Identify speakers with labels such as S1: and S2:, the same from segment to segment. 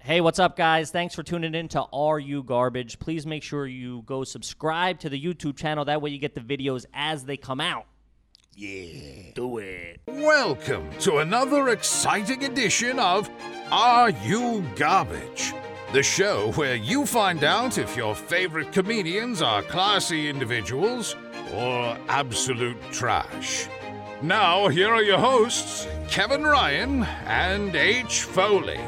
S1: Hey, what's up, guys? Thanks for tuning in to RU Garbage. Please make sure you go subscribe to the YouTube channel. That way, you get the videos as they come out.
S2: Yeah.
S1: Do it.
S2: Welcome to another exciting edition of Are You Garbage? The show where you find out if your favorite comedians are classy individuals or absolute trash. Now, here are your hosts, Kevin Ryan and H. Foley.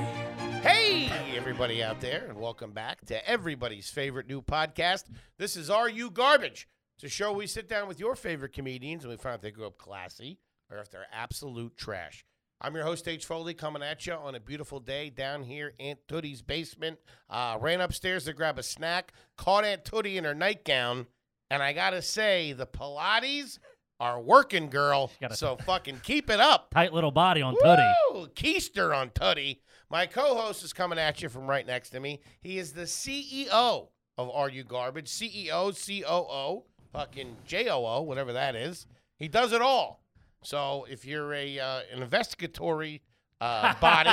S3: Hey, everybody out there, and welcome back to everybody's favorite new podcast. This is Are You Garbage? It's a show we sit down with your favorite comedians and we find out if they grew up classy or if they're absolute trash. I'm your host, H. Foley, coming at you on a beautiful day down here in Tootie's basement. Uh, ran upstairs to grab a snack, caught Aunt Tootie in her nightgown, and I gotta say, the Pilates are working, girl.
S4: gotta-
S3: So fucking keep it up.
S4: tight little body on Tutty.
S3: Woo! Keister on Tutty. My co-host is coming at you from right next to me. He is the CEO of Are You Garbage? E CEO, COO, fucking JOO, whatever that is. He does it all. So if you're a uh, an investigatory uh, body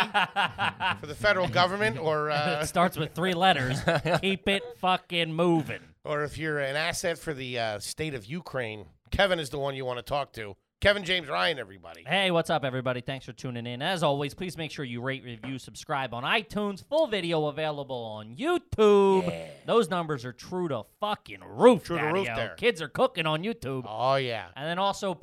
S3: for the federal government, or uh,
S4: It starts with three letters. Keep it fucking moving.
S3: or if you're an asset for the uh, state of Ukraine, Kevin is the one you want to talk to. Kevin James Ryan, everybody.
S4: Hey, what's up, everybody? Thanks for tuning in. As always, please make sure you rate, review, subscribe on iTunes. Full video available on YouTube. Those numbers are true to fucking roof.
S3: True to roof
S4: daddy-o.
S3: there.
S4: Kids are cooking on YouTube.
S3: Oh yeah.
S4: And then also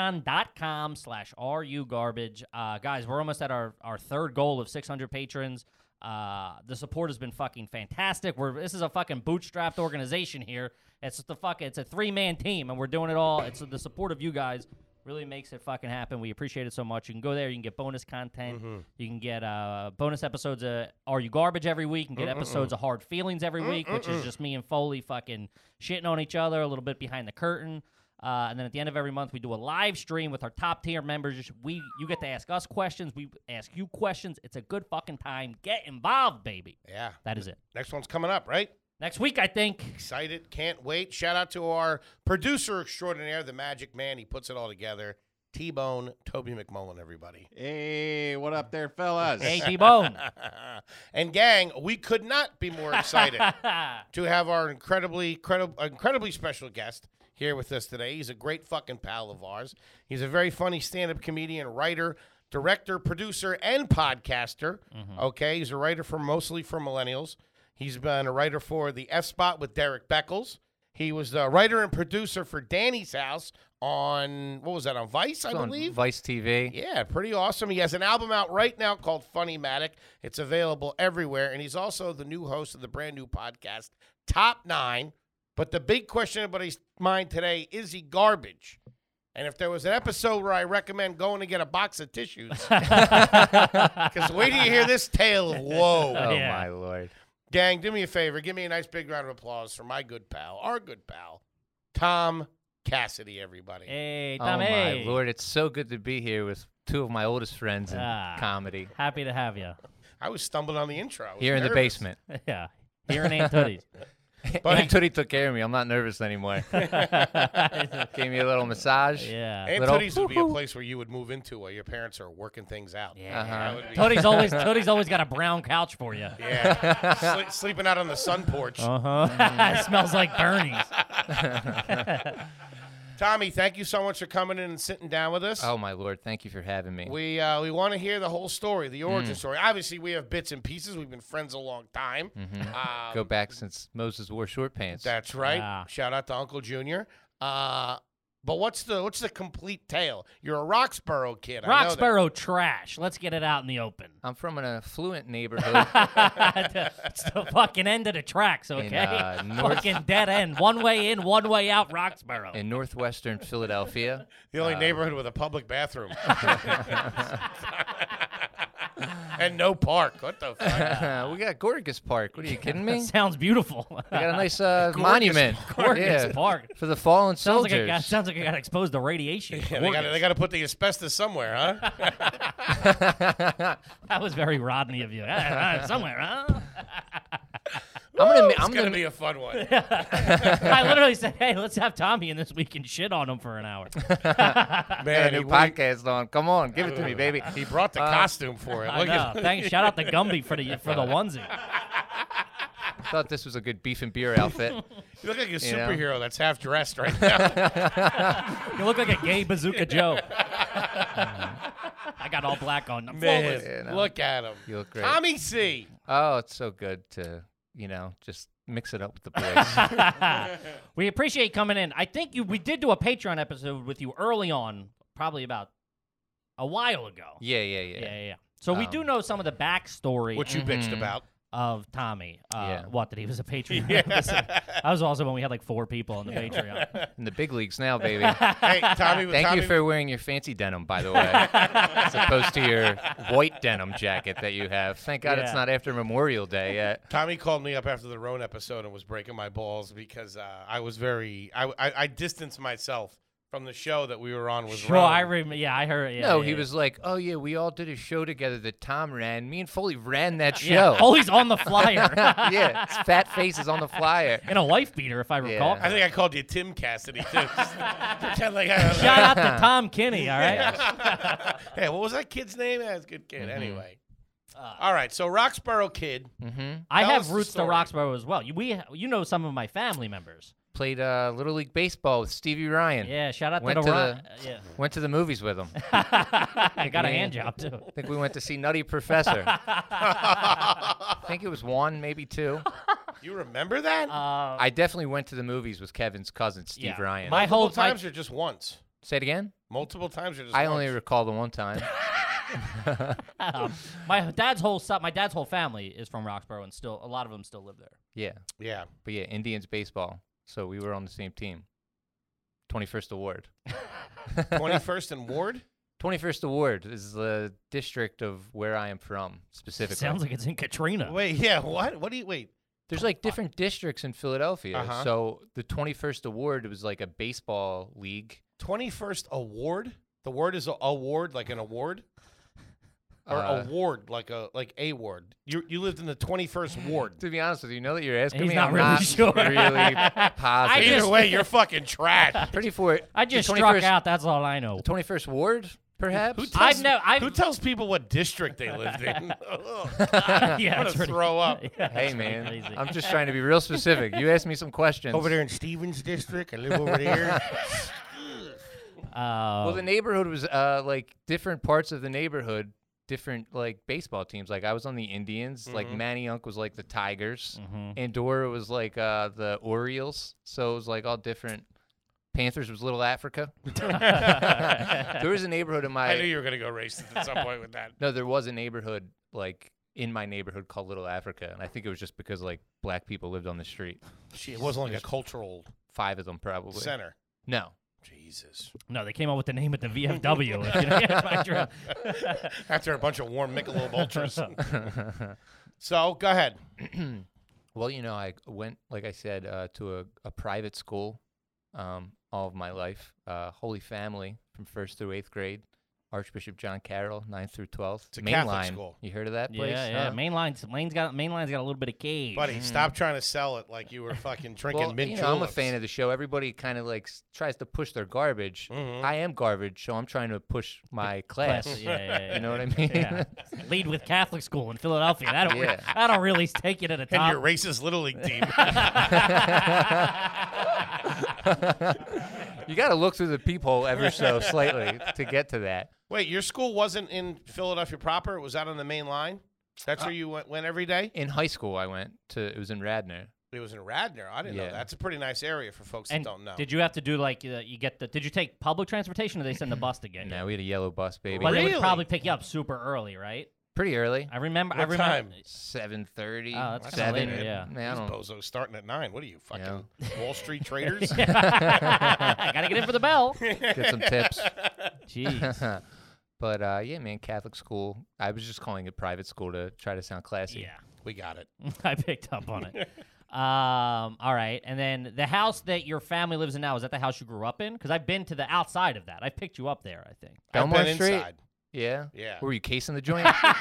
S4: patreon.com slash RU garbage. Uh, guys, we're almost at our, our third goal of 600 patrons. Uh, the support has been fucking fantastic. We're this is a fucking bootstrapped organization here. It's the fuck it's a three man team, and we're doing it all. It's the support of you guys really makes it fucking happen. We appreciate it so much. You can go there, you can get bonus content, you can get uh, bonus episodes of Are You Garbage every week, and get episodes of Hard Feelings every week, which is just me and Foley fucking shitting on each other a little bit behind the curtain. Uh, and then at the end of every month, we do a live stream with our top tier members. We you get to ask us questions, we ask you questions. It's a good fucking time. Get involved, baby.
S3: Yeah.
S4: That is it.
S3: Next one's coming up, right?
S4: Next week, I think.
S3: excited. Can't wait. Shout out to our producer extraordinaire, the magic man. He puts it all together. T Bone, Toby McMullen, everybody.
S5: Hey, what up there, fellas?
S4: Hey, T Bone.
S3: and gang, we could not be more excited to have our incredibly credi- incredibly special guest here with us today. He's a great fucking pal of ours. He's a very funny stand-up comedian, writer, director, producer, and podcaster. Okay, he's a writer for mostly for millennials. He's been a writer for the F Spot with Derek Beckles. He was the writer and producer for Danny's House on what was that on Vice, I believe.
S6: Vice TV.
S3: Yeah, pretty awesome. He has an album out right now called Funny Matic. It's available everywhere. And he's also the new host of the brand new podcast, Top Nine. But the big question in everybody's mind today is he garbage? And if there was an episode where I recommend going to get a box of tissues, because wait till you hear this tale of woe.
S6: Oh
S4: Yeah.
S6: my lord.
S3: Gang, do me a favor. Give me a nice big round of applause for my good pal, our good pal, Tom Cassidy, everybody.
S4: hey,
S6: Oh
S4: Tommy.
S6: my lord. It's so good to be here with two of my oldest friends in
S4: Ah.
S6: comedy
S4: Happy to have you.
S3: I was stumbling on the intro. I was
S6: here in the
S3: nervous.
S6: basement.
S4: yeah. Here in Aunt Tootie's.
S3: Buddy.
S6: Aunt Tootie took care of me. I'm not nervous anymore. Gave me a little massage.
S4: Yeah.
S3: And
S6: little-
S3: Tootie's would be a place where you would move into while your parents are working things out.
S4: Yeah.
S6: Uh-huh.
S3: That would be-
S4: Tootie's always Tootie's always got a brown couch for you.
S3: yeah. Sle- sleeping out on the sun porch.
S4: Uh-huh. it smells like Bernie's.
S3: Tommy, thank you so much for coming in and sitting down with us.
S6: Oh my lord. Thank you for having me.
S3: We uh, we want to hear the whole story, the
S6: Mm.
S3: origin story. Obviously, we have bits and pieces. We've been friends a long time. Um,
S6: Mm-hmm. Go back since Moses wore short pants.
S3: That's right.
S4: Yeah.
S3: Shout out to Uncle Junior. Uh, but what's the what's the complete tale? You're a Roxborough kid. I know that.
S4: Roxborough trash. Let's get it out in the open.
S6: I'm from an affluent neighborhood.
S4: it's the fucking end of the tracks, okay?
S6: uh, north-
S4: fucking dead end. One way in, one way out, Roxborough.
S6: In northwestern Philadelphia,
S3: The only neighborhood with a public bathroom. and no park. What the fuck?
S6: we got Gorgas Park. What are you kidding me?
S4: sounds beautiful.
S6: We got a nice uh, monument
S4: Gorgas
S6: Yeah,
S4: Park.
S6: for the fallen
S4: sounds,
S6: soldiers.
S4: like I got, sounds like I got exposed to radiation.
S3: Yeah, they got they got to put the asbestos somewhere, huh?
S4: that was very Rodney of you. Ah, ah, Somewhere, huh?
S6: I'm gonna. ma-
S3: It's
S6: I'm
S3: gonna,
S6: gonna.
S3: be a fun one.
S4: I literally said, "Hey, let's have Tommy in this week and shit on him for an hour."
S6: Get
S3: Man,
S6: a
S3: he,
S6: new podcast on. Come on, give it to me, baby.
S3: he brought
S6: Uh,
S3: the costume for it.
S4: I
S3: Look
S4: know.
S3: at
S4: Thank shout out to Gumby for the for the onesie.
S6: Thought this was a good beef and beer outfit.
S3: you look like a
S6: know?
S3: superhero that's half dressed right now.
S4: You look like a gay Bazooka Joe. I got all black on. I'm flawless.
S3: Man,
S6: Yeah, no.
S3: look at him.
S6: You look great.
S3: Tommy C.
S6: Oh, it's so good to you know just mix it up with the boys.
S4: We appreciate you coming in. I think you we did do a Patreon episode with you early on, probably about a while ago.
S6: yeah, yeah, yeah.
S4: yeah,
S6: Um,
S4: yeah. yeah. So we do know some of the backstory
S3: What you
S6: Mm-hmm.
S3: bitched about?
S4: of Tommy. Uh,
S6: Yeah.
S4: What that he was a Patreon. Listen, I was also when we had like four people on the Patreon.
S6: In the big leagues now, baby.
S3: Hey, Tommy.
S6: Thank
S3: Tommy,
S6: you for wearing your fancy denim, by the way, as opposed to your white denim jacket that you have. Thank God it's
S4: Yeah.
S6: not after Memorial Day yet.
S3: Tommy called me up after the Roan episode and was breaking my balls because uh, I was very I, I I distanced myself from the show that we were on with
S4: sure,
S3: Roan.
S4: I remember. Yeah, I heard. Yeah,
S6: No,
S4: yeah,
S6: he
S4: yeah.
S6: was like, "Oh yeah, we all did a show together that Tom ran. Me and Foley ran that
S4: Yeah.
S6: show.
S4: Oh, he's on the flyer
S6: yeah, it's fat faces on the flyer.
S4: in a wife beater, if I recall.
S3: I think I called you Tim Cassidy too. Just pretend like I was
S4: Shout out to Tom Kinney. All right.
S3: Hey, what was that kid's name? That's a good kid.
S4: Mm-hmm.
S3: Anyway.
S4: Uh,
S3: All right, so Roxborough kid.
S6: Mm-hmm.
S4: I
S3: Tell us
S4: have
S3: the
S4: roots to
S3: story.
S4: Roxborough as well. You, we, you know some of my family members.
S6: Played uh, little league baseball with Stevie Ryan.
S4: Yeah, shout out
S6: Went
S4: to the,
S6: to
S4: Ron-
S6: the-
S4: uh, yeah.
S6: Went to the movies with him. I
S4: I got a
S6: we-
S4: hand job too.
S6: think we went to see Nutty Professor. I think it was one, maybe two.
S3: You remember that?
S6: I definitely went to the movies with Kevin's cousin Steve
S4: Uh, Yeah.
S6: Ryan.
S4: My
S3: Multiple
S4: whole time.
S3: times or just once?
S6: Say it again.
S3: Multiple times or just
S6: I
S3: once?
S6: only recall the one time.
S4: my dad's whole si- my dad's whole family is from Roxborough, and still a lot of them still live there.
S6: yeah,
S3: Yeah.
S6: but yeah, Indians baseball. So we were on the same team. Twenty first award.
S3: 21st and Ward?
S6: 21st Award is the district of where I am from specifically.
S4: Sounds like it's in Katrina.
S3: Wait, yeah, what? What do you wait?
S6: There's like different districts in Philadelphia.
S3: Uh-huh.
S6: So the 21st Award was like a baseball league.
S3: 21st award? The word is a award like an award? Or
S6: Uh,
S3: award like a like a ward. You you lived in the 21st ward.
S6: To be honest with you, know that you're asking
S4: He's
S6: me,
S4: not
S6: I'm
S4: really
S6: not
S4: sure.
S6: really positive.
S3: Either
S4: just-
S3: way, you're fucking trash.
S6: pretty for it.
S4: I
S6: the
S4: just
S6: 21st
S4: struck out. That's all I know.
S6: 21st Ward, perhaps.
S3: Who tells,
S4: I've never.
S3: who
S4: I've,
S3: tells people what district they lived in? Oh,
S4: yeah,
S3: I'm gonna
S4: it's pretty-
S3: throw up.
S4: yeah,
S6: hey
S4: it's pretty
S6: man,
S4: crazy.
S6: I'm just trying to be real specific. You asked me some questions.
S3: Over there in Stevens District, I live over there.
S4: Uh,
S6: Well, the neighborhood was uh, like different parts of the neighborhood, different like baseball teams. Like I was on the Indians.
S3: Mm-hmm.
S6: Like Manny Unk was like the Tigers.
S4: Mm. mm-hmm.
S6: Andorra was like uh, the Orioles. So it was like all different. Panthers was Little Africa. there was a neighborhood in my
S3: I knew you were gonna go racist at some point with that.
S6: no, there was a neighborhood like in my neighborhood called Little Africa, and I think it was just because like black people lived on the street.
S3: She, it wasn't like a cultural
S6: Five of them probably.
S3: center.
S6: No.
S3: Jesus.
S4: no, they came up with the name at the VFW. if you know, it's my trip.
S3: After a bunch of warm Michelob Ultras. so go ahead.
S6: Well, you know, I went, like I said, uh, to a, a private school um, all of my life. Uh, Holy Family from first through eighth grade. Archbishop John Carroll, ninth through twelfth.
S3: It's a
S6: Main
S3: Catholic
S6: line.
S3: school.
S6: You heard of that
S4: yeah,
S6: place? Uh,
S4: yeah.
S6: huh?
S4: Mainline's mainline's got mainline's got a little bit of cage.
S3: Buddy, stop trying to sell it like you were fucking drinking
S6: Mm-hmm. Well,
S3: mint
S6: you know, I'm a
S3: juleps.
S6: fan of the show. Everybody kind of like s- tries to push their garbage.
S3: Mm-hmm.
S6: I am garbage, so I'm trying to push my class.
S4: Yeah, yeah, yeah,
S6: You know what I mean?
S4: Yeah. Lead with Catholic school in Philadelphia. That'll,
S6: Yeah.
S4: that'll really take you to the
S3: and
S4: top.
S3: your racist little league team.
S6: you got to look through the peephole ever so slightly to get to that.
S3: Wait, your school wasn't in Philadelphia proper? It was out on the main line? That's where you went, went every day?
S6: In high school, I went to it was in Radnor.
S3: It was in Radnor. I didn't know.
S6: Yeah.
S3: That's a pretty nice area for folks
S4: and
S3: that don't know.
S4: did you have to do like uh, you get the? Did you take public transportation or they send the bus to get you?
S6: Now uh, we had a yellow bus, baby.
S4: But they
S3: Really?
S4: would probably pick you up super early, right?
S6: Pretty early,
S4: I remember. I
S3: What
S4: remember.
S3: time?
S6: seven thirty.
S4: Oh, that's kinda
S6: seven.
S4: later, yeah.
S6: Man, I
S3: These
S6: don't-
S3: bozos starting at nine. What are you fucking Wall Street traders?
S4: I gotta get in for the bell.
S6: get some tips.
S4: Jeez.
S6: But uh, yeah, man, Catholic school. I was just calling it private school to try to sound classy.
S4: Yeah,
S3: we got it.
S4: I picked up on it. Um, all right, and then the house that your family lives in now is that the house you grew up in? Because I've been to the outside of that. I picked you up there. I think.
S3: I've
S6: Belmont
S3: been
S6: Street?
S3: inside.
S6: Yeah.
S3: Yeah.
S6: Were you casing the joint? My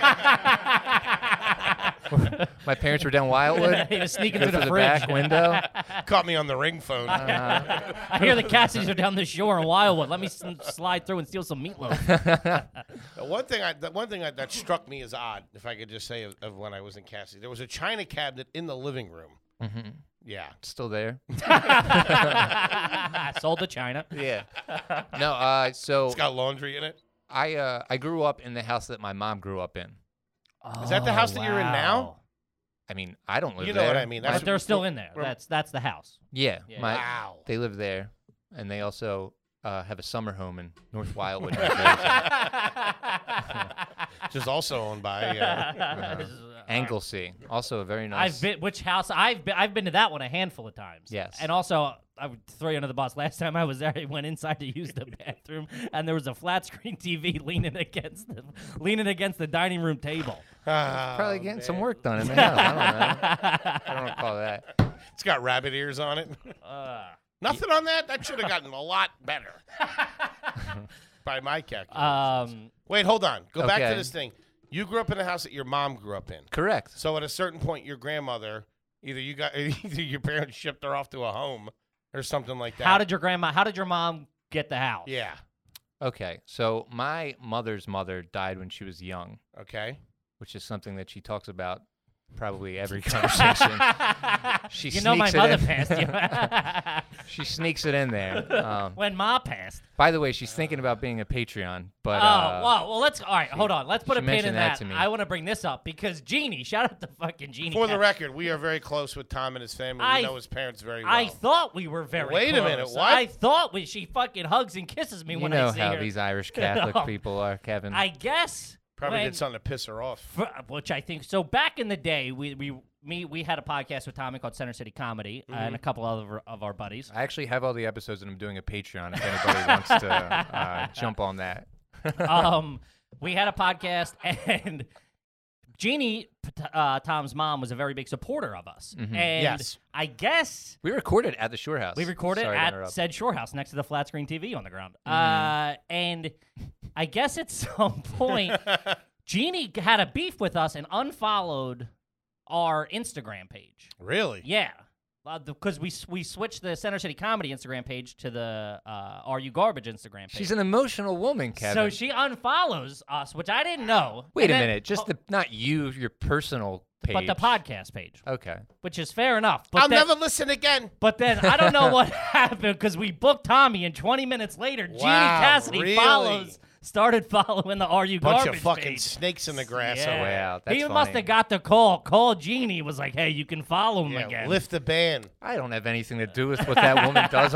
S6: parents were down Wildwood.
S4: He was sneaking
S6: Go
S4: through the
S6: back
S4: fridge.
S6: window.
S3: Caught me on the ring phone.
S6: Uh-huh.
S4: I hear the Cassidy's are down the shore in Wildwood. Let me s- slide through and steal some meatloaf.
S3: Uh, One thing, I, the one thing I, that struck me as odd, if I could just say, of, of when I was in Cassidy, there was a china cabinet in the living room. Yeah,
S6: Mm-hmm. Still there.
S4: Sold to China.
S6: Yeah. No. Uh. So
S3: it's got laundry in it.
S6: I uh I grew up in the house that my mom grew up in.
S3: Is that the
S4: Oh,
S3: house that you're in now?
S4: wow.
S6: I mean, I don't live
S3: You know
S6: there.
S3: what I mean?
S4: But they're still in there.
S3: we're-
S4: That's that's the house.
S6: Yeah.
S4: Yeah.
S6: My,
S3: Wow.
S6: They live there, and they also uh, have a summer home in North Wildwood. New Jersey.
S3: Which is also owned by. Uh,
S6: Anglesey, also a very nice.
S4: I've been which house I've been I've been to that one a handful of times.
S6: Yes.
S4: And also I would throw you under the bus. Last time I was there, I went inside to use the bathroom and there was a flat screen TV leaning against the leaning against the dining room table.
S6: probably
S3: oh,
S6: getting
S3: man.
S6: some work done in the house. I don't know. I don't wanna call that.
S3: It's got rabbit ears on it.
S4: Uh,
S3: Nothing on that. That should have gotten a lot better. by my calculation.
S4: Um
S3: Wait, hold on. Go back to
S6: okay.
S3: this thing. You grew up in a house that your mom grew up in.
S6: Correct.
S3: So at a certain point, your grandmother, either you got, either your parents shipped her off to a home or something like that.
S4: how did your grandma how did your mom get the house?
S3: Yeah.
S6: Okay. So my mother's mother died when she was young,
S3: Okay.
S6: which is something that she talks about probably every conversation. she
S4: You know my
S6: sneaks it
S4: mother
S6: in.
S4: passed you.
S6: She sneaks it in there. Um,
S4: when ma passed.
S6: by the way, she's thinking about being a Patreon, but
S4: Oh,
S6: uh,
S4: wow. Well, let's. All right, hold on. Let's put
S6: she
S4: a pin in
S6: mentioned that
S4: that.
S6: to me.
S4: I want to bring this up because Jeannie, shout out to fucking Jeannie.
S3: For the
S4: Cat-
S3: record, we are very close with Tom and his family.
S4: I-
S3: we know his parents very well.
S4: I thought we were very.
S3: Wait a
S4: close.
S3: minute, what?
S4: I thought we, she fucking hugs and kisses me
S6: you
S4: when
S6: know
S4: I see
S6: how
S4: her.
S6: these Irish Catholic
S4: No.
S6: people are, Kevin.
S4: I guess.
S3: Probably
S4: when-
S3: did something to piss her off.
S4: fr- which I think so. Back in the day, we we me we had a podcast with Tommy called Center City Comedy
S3: Mm-hmm.
S4: uh, and a couple other of our buddies.
S6: I actually have all the episodes, and I'm doing a Patreon if anybody wants to uh, jump on that.
S4: um, we had a podcast, and Jeannie, P- uh, Tom's mom, was a very big supporter of us.
S6: Mm-hmm.
S4: And
S3: Yes.
S4: I guess
S6: We recorded at the Shore House.
S4: we recorded
S6: Sorry to
S4: at
S6: interrupt. Mm-hmm.
S4: said shore house next to the flat screen TV on the ground. Uh, and I guess at some point, Jeannie had a beef with us and unfollowed our Instagram page.
S3: Really?
S4: Yeah. Because we s- we switched the Center City Comedy Instagram page to the uh, Are You Garbage Instagram page.
S6: She's an emotional woman,
S4: So
S6: Kevin.
S4: she unfollows us, which I didn't know.
S6: Wait
S4: And
S6: a
S4: then- oh.
S6: minute, just the not you, your personal page,
S4: but the podcast page,
S6: Okay,
S4: which is fair enough. But
S3: I'll
S4: then,
S3: never listen again.
S4: But then I don't know what happened because we booked Tommy, and 20 minutes later, Jeannie
S3: Wow,
S4: Cassidy
S3: really?
S4: follows, started following the Are You
S3: Bunch
S4: Garbage
S3: of fucking
S4: page.
S3: snakes in the grass.
S4: Yeah.
S3: over
S6: Wow, that's
S4: he must
S6: funny.
S4: have got the call. Call Jeannie was like, "Hey, you can follow him
S3: there. Yeah,
S4: again."
S3: lift the ban.
S6: I don't have anything to do with what that woman does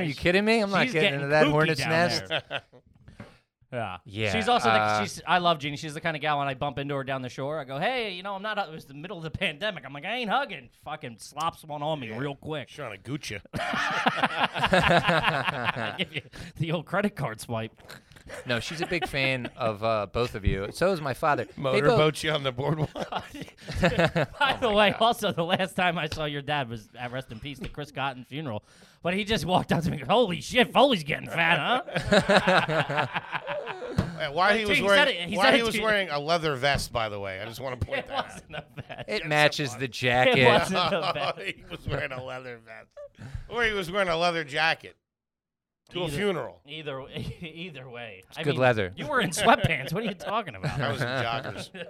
S6: Are you kidding me? I'm not
S4: She's
S6: getting,
S4: getting
S6: into that
S4: kooky
S6: hornet's
S4: down
S6: nest.
S4: there. yeah.
S6: Yeah,
S4: She's also
S6: uh,
S4: the, she's I love Jeannie. She's the kind of gal when I bump into her down the shore, I go, "Hey, you know, I'm not it was the middle of the pandemic. I'm like, I ain't hugging." Fucking slops one on me real quick.
S3: Trying to goot you.
S4: Give you the old credit card swipe.
S6: No, she's a big fan of uh, both of you. So is my father. They both-
S3: Motorboat you on the boardwalk.
S6: Oh
S4: By the way, also the last time I saw your dad was at rest in peace the Chris Cotton funeral, but he just walked up to me. and goes, Holy shit, Foley's getting fat, huh?
S3: Uh, Why he
S4: Dude,
S3: was
S4: he
S3: wearing?
S4: said it- he
S3: why
S4: said
S3: he
S4: it
S3: was
S4: to-
S3: wearing a leather vest? By the way, I just want to point
S4: it
S3: that out.
S4: wasn't a bad.
S6: It matches the jacket.
S4: It wasn't a bad.
S3: he was wearing a leather vest, or he was wearing a leather jacket to a
S4: Either-
S3: funeral.
S4: Either either way, it's
S6: good leather.
S4: You were in sweatpants. what are you talking
S3: I
S4: about?
S3: was in joggers.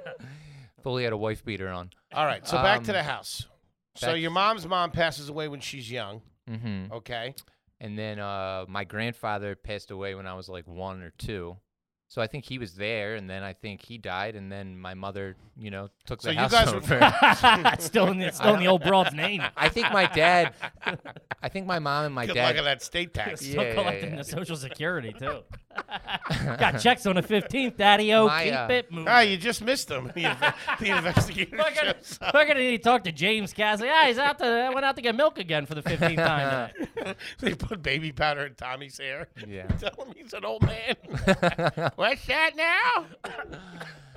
S6: Fully had a wife beater on.
S3: All right, so back to
S6: Um,
S3: the house. So
S6: back-
S3: your mom's mom passes away when she's young. Mm-hmm.
S6: hmm
S3: Okay.
S6: And then uh, my grandfather passed away when I was like one or two. So I think he was there, and then I think he died, and then my mother, you know, took the
S3: So you
S6: house
S3: guys were-
S6: over.
S4: still in the, still in the old broad's name.
S6: I think my dad, I think my mom and my
S3: Good luck
S6: dad.
S3: at that state tax.
S4: Still
S6: Yeah, yeah,
S4: collecting
S6: yeah.
S4: the social security too. Got checks on the fifteenth, Daddy O.
S6: My,
S4: Keep
S6: uh,
S4: it moving.
S3: Ah, you just missed them. The, inve- the investigator
S4: We're gonna,
S3: shows up.
S4: we're gonna need to talk to James Cassidy. Yeah, he's out to I went out to get milk again for the fifteenth time. Tonight.
S3: They put baby powder in Tommy's hair.
S6: Yeah.
S3: Tell him he's an old man. What's that now?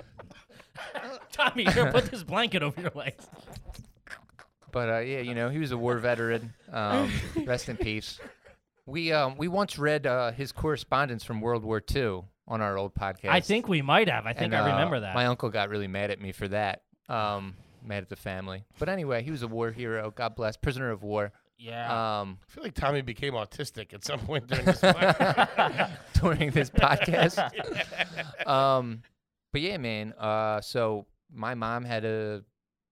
S4: Tommy, here, put this blanket over your legs.
S6: But uh, yeah, you know, he was a war veteran. Um, rest in peace. We um, we once read uh, his correspondence from World War II on our old podcast.
S4: I think we might have. I think
S6: And,
S4: I
S6: uh,
S4: remember that.
S6: My uncle got really mad at me for that. Um, mad at the family. But anyway, he was a war hero. God bless. Prisoner of war.
S4: Yeah.
S6: Um,
S3: I feel like Tommy became autistic at some point during this. podcast.
S6: during this podcast. um, but yeah, man. Uh, so my mom had a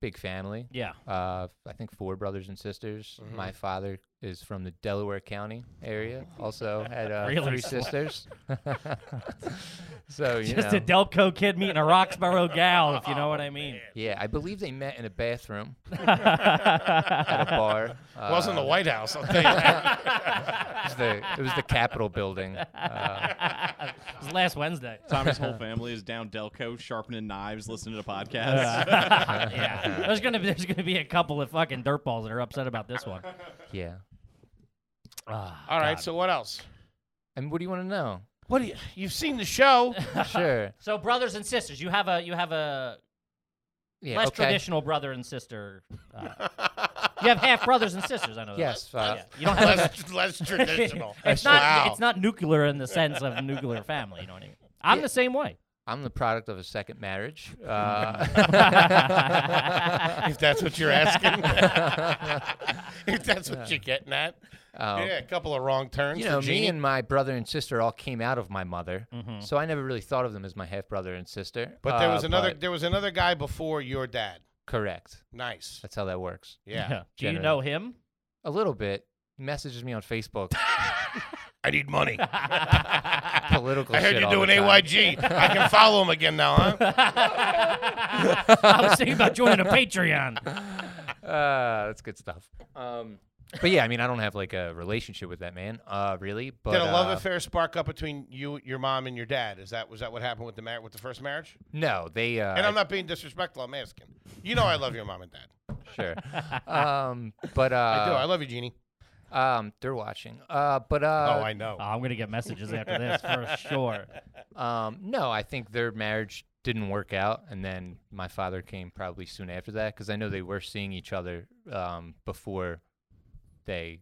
S6: big family.
S4: yeah.
S6: Uh, I think four brothers and sisters.
S4: Mm-hmm.
S6: My father is from the Delaware County area. Also had uh,
S4: Really
S6: three
S4: slow.
S6: sisters. so you
S4: Just
S6: know,
S4: a Delco kid meeting a Roxborough gal,
S3: Oh,
S4: if you know what I mean.
S6: yeah, I believe they met in a bathroom at a
S4: yeah.
S6: bar. Uh,
S3: Wasn't the White House, I'll tell you that.
S6: It was the, it was the Capitol building. Uh,
S4: it was last Wednesday.
S5: Tommy's whole family is down Delco, sharpening knives, listening to podcasts.
S4: yeah. There's gonna be there's gonna be a couple of fucking dirtballs that are upset about this one.
S6: yeah.
S4: Ah,
S3: All right,
S4: God.
S3: so what else?
S6: And what do you want to know?
S3: What do you, you've seen the show?
S6: Sure.
S4: So brothers and sisters, you have a you have a
S6: Yeah.
S4: less
S6: okay.
S4: traditional brother and sister. uh, you have half brothers and sisters. I know. that.
S6: Yes. Uh,
S4: Yeah. You don't have. a-
S3: less, less traditional.
S4: it's not.
S3: Wow.
S4: It's not nuclear in the sense of nuclear family. You know what I mean? I'm the same way.
S6: I'm the product of a second marriage. Uh,
S3: if that's what you're asking. if that's what you're getting at.
S6: um,
S3: yeah, a couple of wrong turns.
S6: you
S3: for
S6: know, me
S3: Jeannie.
S6: and my brother and sister all came out of my mother,
S4: Mm-hmm.
S6: so I never really thought of them as my half brother and sister.
S3: but there
S6: Uh,
S3: was another.
S6: but-
S3: There was another guy before your dad.
S6: correct.
S3: Nice.
S6: That's how that works.
S3: Yeah.
S4: Do you
S6: generally.
S4: know him?
S6: A little bit. He messages me on Facebook.
S3: I need money.
S6: political.
S3: I heard
S6: shit
S3: you're
S6: all the
S3: doing
S6: time.
S3: AYG. I can follow him again now, huh?
S4: I was thinking about joining a Patreon.
S6: Uh, that's good stuff. Um, but yeah, I mean, I don't have like a relationship with that man, uh, really. But
S3: Did a love
S6: uh,
S3: affair spark up between you, your mom, and your dad? Is that was that what happened with the mar- with the first marriage?
S6: No, they. Uh,
S3: And I'm not being disrespectful. I'm asking. You know, I love your mom and dad.
S6: sure. Um, but uh,
S3: I do. I love you, Jeannie.
S6: Um, they're watching. Uh, but
S3: oh,
S6: uh,
S3: I know.
S4: Oh, I'm gonna get messages after this for sure.
S6: um, no, I think their marriage didn't work out, and then my father came probably soon after that because I know they were seeing each other um, before they,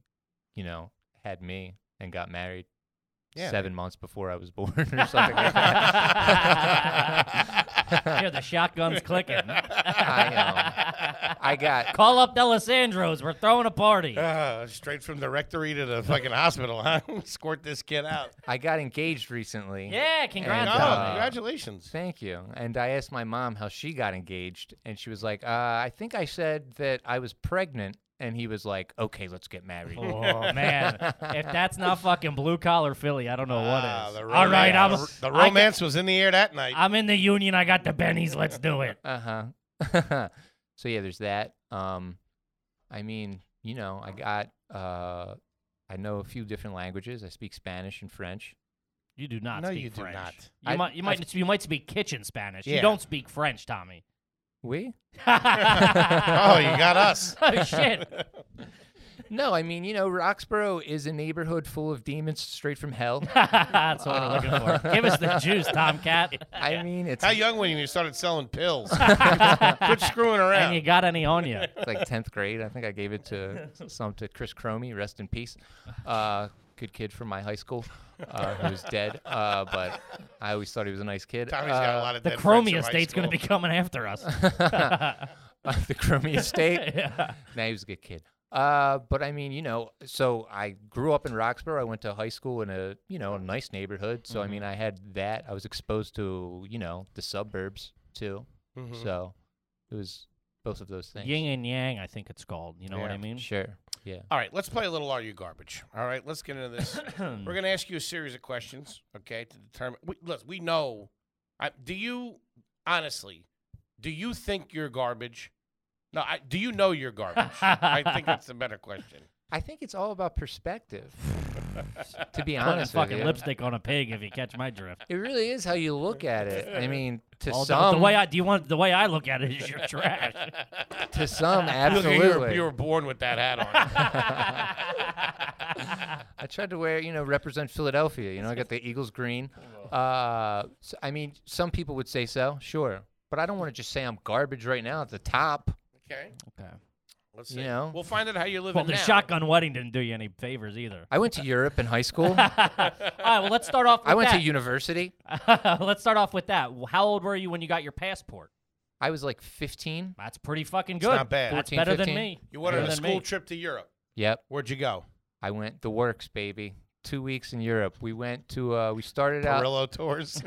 S6: you know, had me and got married.
S3: Yeah,
S6: seven months before I was born, or something. like that.
S4: Here, the shotgun's clicking.
S6: I, um, I got
S4: Call up Delisandro's. We're throwing a party.
S3: Ah, straight from the rectory to the fucking hospital, huh? Squirt this kid out.
S6: I got engaged recently.
S4: Yeah,
S3: No,
S4: congrats.
S6: And,
S4: Dominic.
S6: uh,
S3: congratulations.
S6: Thank you. And I asked my mom how she got engaged, and she was like, uh, "I think I said that I was pregnant." And he was like, "Okay, let's get married."
S4: Oh man, if that's not fucking blue collar Philly, I don't know what
S3: Ah,
S4: is.
S3: the
S4: All right, I'm
S3: romance- the
S4: I
S3: romance was in the air that night.
S4: I'm in the union. I got the bennies. Let's do it.
S6: Uh huh. so yeah, there's that. Um, I mean, you know, I got uh, I know a few different languages. I speak Spanish and French.
S4: You do not.
S3: No,
S4: speak
S3: you do
S4: French.
S3: not.
S4: You
S6: I-
S4: might. You might. you might speak kitchen Spanish.
S3: Yeah.
S4: You don't speak French, Tommy.
S6: We?
S3: oh, you got us.
S4: oh shit.
S6: No, I mean, you know, Roxborough is a neighborhood full of demons straight from hell.
S4: that's what we're looking for. Give us the juice, Tomcat.
S6: I mean, it's,
S3: How young were you when you started selling pills? Quit screwing
S4: and
S3: around.
S4: you got any on you?
S6: it's like tenth grade. I think I gave it to some to Chris Cromie, rest in peace. Uh, good kid from my high school, uh, who's dead. Uh, but I always thought he was a nice kid.
S3: Tommy's got a
S6: Uh,
S3: lot of
S4: The
S3: dead friends
S4: Chromie
S3: from high
S4: Estate's going to
S3: school.
S4: be coming after us.
S6: the Cromie estate.
S4: Yeah.
S6: Now he was a good kid. Uh, but I mean, you know, so I grew up in Roxborough. I went to high school in a, you know, a nice neighborhood. So I
S4: Mm-hmm.
S6: mean, I had that. I was exposed to, you know, the suburbs too.
S3: Mm-hmm.
S6: So it was both of those things.
S4: Yin and Yang, I think it's called. You know what
S3: Yeah.
S4: I mean?
S6: Sure. Yeah.
S3: All right, let's play a little Are You Garbage. All right, let's get into this. We're going to ask you a series of questions, okay, to determine. We, look, we know. I, do you, honestly, do you think you're garbage? No, I, do you know you're garbage? I think that's a better question.
S6: I think it's all about perspective. to be
S4: Putting
S6: honest, with
S4: fucking
S6: you.
S4: lipstick on a pig, if you catch my drift.
S6: it really is how you look at it. I mean, to
S4: Although
S6: some,
S4: the way I do you want the way I look at it is you're trash.
S6: to some,
S3: You look like you were-
S6: absolutely.
S3: you were born with that hat on.
S6: I tried to wear, you know, represent Philadelphia. You know, I got the Eagles green. Uh, s- I mean, some people would say so, sure, but I don't want to just say I'm garbage right now at the top.
S3: Okay.
S4: Okay.
S3: Let's
S6: You know?
S3: We'll find out how you're living
S4: Well, the
S3: now.
S4: shotgun wedding didn't do you any favors either.
S6: I went to Europe in high
S4: All
S6: school.
S4: right, well, let's start off. With
S6: I went to
S4: that.
S6: university.
S4: let's start off with that. How old were you when you got your passport?
S6: I was like 15.
S7: That's pretty fucking good.
S3: not bad.
S7: That's
S6: 14,
S7: better than
S6: 15.
S7: me.
S3: You went on
S7: Better
S3: a
S7: than
S3: school
S7: me.
S3: trip to Europe.
S6: Yep.
S3: Where'd you go?
S6: I went the works, baby. Two weeks in Europe. We went to. Uh, we started out.
S3: Perillo tours.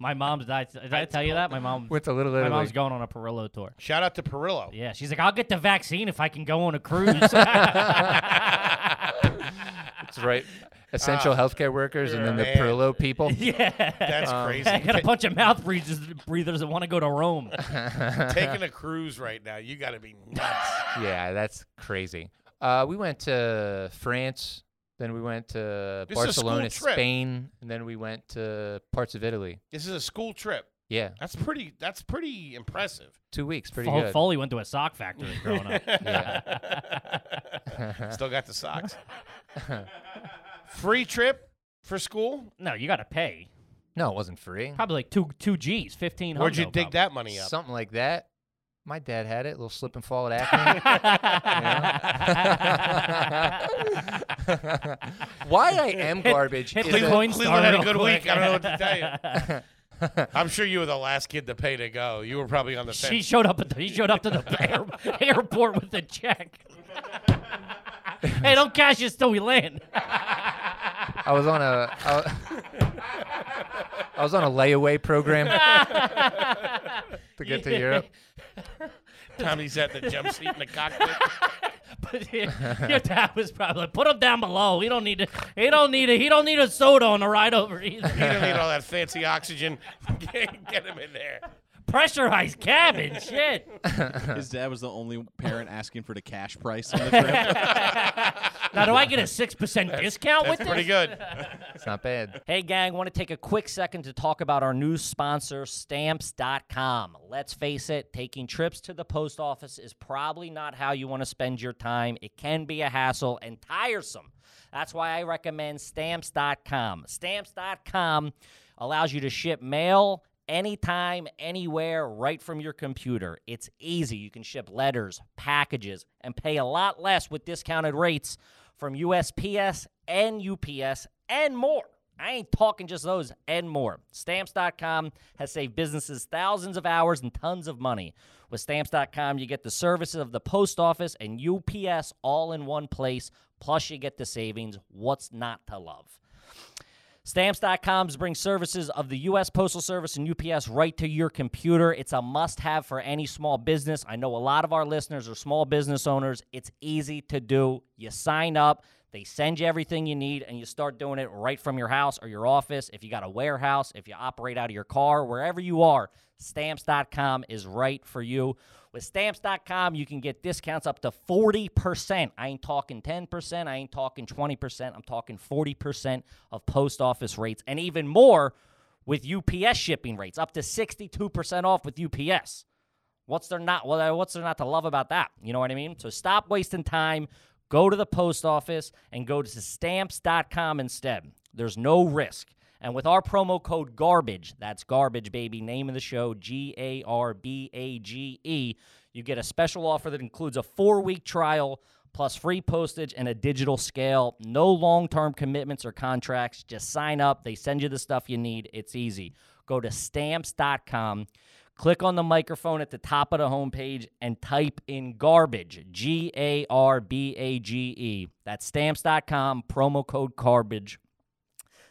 S7: My mom's. Did I, did I tell you that? My mom.
S6: Went to Little
S7: My
S6: Italy.
S7: mom's going on a Perillo tour.
S3: Shout out to Perillo.
S7: Yeah, she's like, I'll get the vaccine if I can go on a cruise.
S6: That's right. Essential healthcare workers and then the
S3: Ah. man.
S6: Perlo people.
S7: yeah.
S3: That's
S7: I
S3: crazy.
S7: got a bunch of mouth breathers, breathers that want to go to Rome.
S3: Taking a cruise right now, you got to be nuts.
S6: yeah, that's crazy. Uh, we went to France. Then we went to
S3: This is a school
S6: Barcelona,
S3: trip.
S6: Spain, and then we went to parts of Italy.
S3: this is a school trip.
S6: Yeah,
S3: That's pretty. That's pretty impressive.
S6: two weeks, pretty
S7: Fol-
S6: good.
S7: Foley went to a sock factory growing up.
S3: Still got the socks. Free trip for school.
S7: No, you got to pay.
S6: No, it wasn't free.
S7: Probably like two two G's, fifteen hundred.
S3: Where'd you dig that money up?
S6: Something like that. My dad had it. A little slip and fall at acne. Why I am garbage
S7: Hit
S6: is
S7: the
S6: that-
S7: coin star
S3: Cleveland had a
S7: real
S3: good
S7: quick.
S3: week. I don't know what to tell you. I'm sure you were the last kid to pay to go. You were probably on the
S7: She
S3: fence.
S7: showed up at the, he showed up to the air, airport with a check. hey, don't cash this till we land.
S6: I was on a I wa- I was on a layaway program to get to Europe.
S3: Tommy's at the jump seat in the cockpit.
S7: But your, your dad was probably like, put him down below. He don't need to. He don't need a. He don't need a soda on the ride over
S3: You
S7: either.
S3: don't need all that fancy oxygen. get, get him in there.
S7: Pressurized cabin, shit.
S5: His dad was the only parent asking for the cash price on the trip.
S7: Now, do I get a six percent discount with
S3: Pretty
S7: this?
S3: good.
S6: It's not bad.
S4: Hey, gang, want to take a quick second to talk about our new sponsor, stamps.com. Let's face it, taking trips to the post office is probably not how you want to spend your time. It can be a hassle and tiresome. That's why I recommend stamps.com. Stamps.com allows you to ship mail anytime, anywhere, right from your computer. It's easy. You can ship letters, packages, and pay a lot less with discounted rates from USPS and UPS and more. I ain't talking just those and more. Stamps.com has saved businesses thousands of hours and tons of money. With Stamps.com, you get the services of the post office and UPS all in one place, plus, you get the savings. What's not to love? Stamps.coms brings services of the U.S. Postal Service and UPS right to your computer. It's a must have for any small business. I know a lot of our listeners are small business owners. It's easy to do. You sign up, they send you everything you need, and you start doing it right from your house or your office. If you got a warehouse, if you operate out of your car, wherever you are, Stamps.com is right for you. With stamps.com, you can get discounts up to 40%. I ain't talking 10%, I ain't talking 20%, I'm talking 40% of post office rates, and even more with UPS shipping rates, up to 62% off with UPS. What's there not well, what's there not to love about that? You know what I mean? So stop wasting time, go to the post office and go to stamps.com instead. There's no risk. And with our promo code garbage, that's garbage baby, name of the show G A R B A G E, you get a special offer that includes a 4-week trial plus free postage and a digital scale. No long-term commitments or contracts. Just sign up, they send you the stuff you need. It's easy. Go to stamps.com click on the microphone at the top of the homepage and type in garbage G A R B A G E. That's stamps.com, promo code garbage.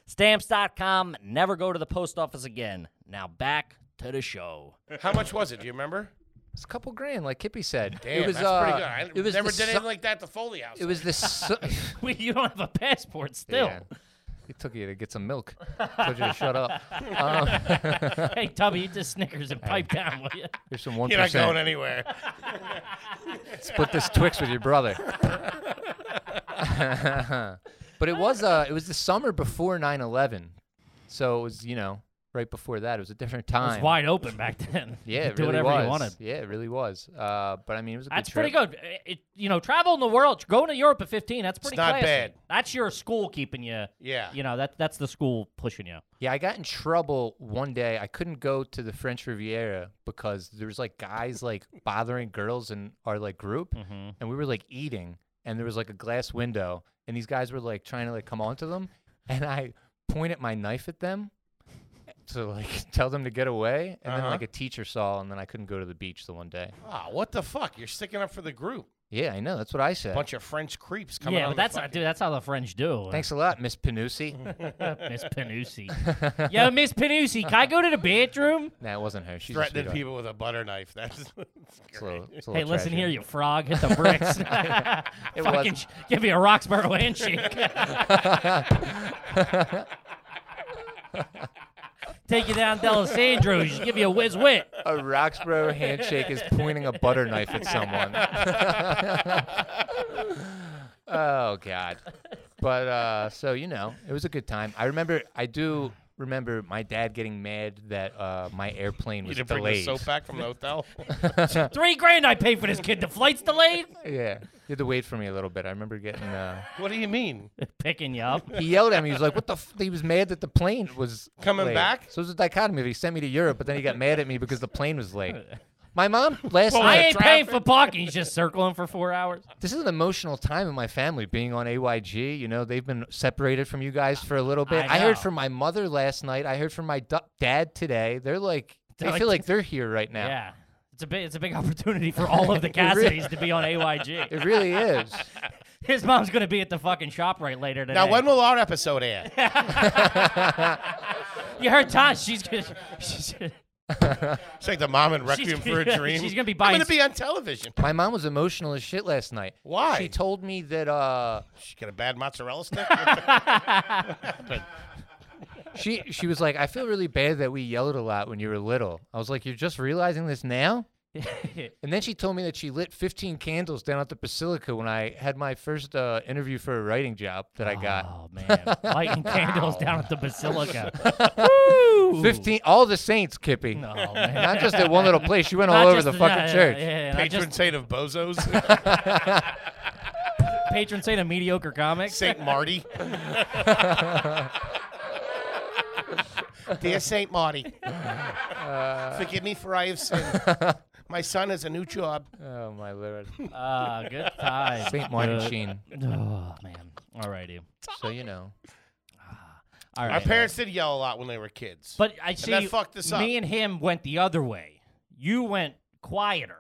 S4: Stamps.com, never go to the post office again. Now back to the show.
S3: How much was it? Do you remember?
S6: It's a couple grand, like Kippy said.
S3: Damn,
S6: it was
S3: that's
S6: uh,
S3: pretty good. I
S6: it was
S3: never
S6: the
S3: did
S6: su-
S3: anything like that at the Foley House.
S6: It was this. Su-
S7: We, you don't have a passport still.
S6: Yeah. It took you to get some milk. Told you to shut up. Um,
S7: Hey, Tubby, eat the Snickers and pipe down, will you?
S6: there's some one
S3: You're not going
S6: percent.
S3: anywhere.
S6: Split this Twix with your brother. but it was uh, it was the summer before 9/11, so it was you know right before that. It was a different
S7: It
S6: time.
S7: was wide open back then. You
S6: Yeah, it
S7: could do
S6: really
S7: whatever
S6: was.
S7: you wanted.
S6: Yeah, it really was. Uh, but I mean, it was a
S7: That's
S6: good trip.
S7: pretty good. It- it- you know, traveling the world, going to Europe at 15, that's pretty
S3: not
S7: classy.
S3: bad.
S7: That's your school keeping you.
S3: Yeah.
S7: You know, that that's the school pushing you.
S6: Yeah, I got in trouble one day. I couldn't go to the French Riviera because there was like guys like bothering girls in our like group,
S7: Mm-hmm.
S6: and we were like eating, and there was like a glass window, and these guys were like trying to like come onto them, and I pointed my knife at them, to like tell them to get away, and
S3: Uh-huh.
S6: then like a teacher saw, and then I couldn't go to the beach the one day.
S3: Ah, what the fuck? You're sticking up for the group.
S6: Yeah, I know. That's what I said.
S3: Bunch of French creeps coming.
S4: Yeah,
S3: on
S4: but
S3: the
S4: that's not,
S3: fucking-
S4: dude. That's how the French do.
S6: Thanks a lot, Miss Panucci.
S4: Miss Panucci. Yo, Miss Panucci, can I go to the bathroom?
S6: nah, it wasn't her. She's a
S3: threatening
S6: sweetheart.
S3: people with a butter knife. That's, that's
S6: It's a
S3: great.
S6: little- it's a
S4: Hey,
S6: little
S4: listen
S6: trashy.
S4: here, you frog. Hit the bricks. Fucking
S6: wasn't.
S4: sh- give me a Roxborough handshake. Take you down Delisandro's. Give you a whiz wit.
S6: A Roxborough handshake is pointing a butter knife at someone. oh God. But uh, so you know, it was a good time. I remember. I do remember my dad getting mad that uh, my airplane
S3: You
S6: was
S3: didn't bring the
S6: delayed.
S3: soap back from the hotel.
S4: Three grand I paid for this kid. The flight's delayed.
S6: Yeah, he had to wait for me a little bit. I remember getting. Uh,
S3: what do you mean?
S4: Picking you up.
S6: he yelled at me. He was like, "What the?" F-? He was mad that the plane was
S3: Coming
S6: late.
S3: back?
S6: So it was a dichotomy. He sent me to Europe, but then he got mad at me because the plane was late. My mom last
S4: I
S6: night.
S4: ain't paying for parking. He's just circling for four hours.
S6: This is an emotional time in my family being on AYG. You know, they've been separated from you guys for a little bit.
S4: I
S6: I, heard
S4: know.
S6: from my mother last night. I heard from my du- dad today. They're like, they
S4: They're like-
S6: feel like they're here right now.
S4: Yeah. It's a big, it's a big opportunity for all of the
S6: really-
S4: Cassidys to be on AYG.
S6: It really is.
S4: His mom's gonna be at the fucking shop right later today.
S3: Now, when will our episode air?
S4: you heard Tosh? She's gonna, she's,
S3: It's like the mom in Requiem
S4: She's-
S3: for a Dream.
S4: she's gonna be
S3: I'm
S4: buying
S3: gonna
S4: s-
S3: be on television.
S6: my mom was emotional as shit last night.
S3: Why?
S6: She told me that uh,
S3: She got a bad mozzarella stick.
S6: she she was like, I feel really bad that we yelled a lot when you were little. I was like, you're just realizing this now. And then she told me that she lit 15 candles down at the Basilica when I had my first uh, interview for a writing job that I got.
S4: oh man, lighting candles down at the basilica.
S6: 15 all the saints kippy
S4: Oh man,
S6: not just at one little place she went
S4: Not
S6: all over
S4: just-
S6: the
S4: yeah,
S6: fucking
S4: yeah,
S6: church
S4: Yeah, yeah, not
S3: Patron
S4: just
S3: saint of bozos,
S4: patron saint of mediocre comics.
S3: Saint Marty. Dear Saint Marty, forgive me for I have sinned. My son has a new job.
S6: oh my lord
S4: Ah, good time.
S6: saint martin
S4: Good-
S6: sheen
S4: Oh man. Alrighty.
S6: so you know
S4: All
S3: Our
S4: right.
S3: parents did yell a lot when they were kids.
S4: But I see.
S3: that fucked us up.
S4: Me and him went the other way. You went quieter.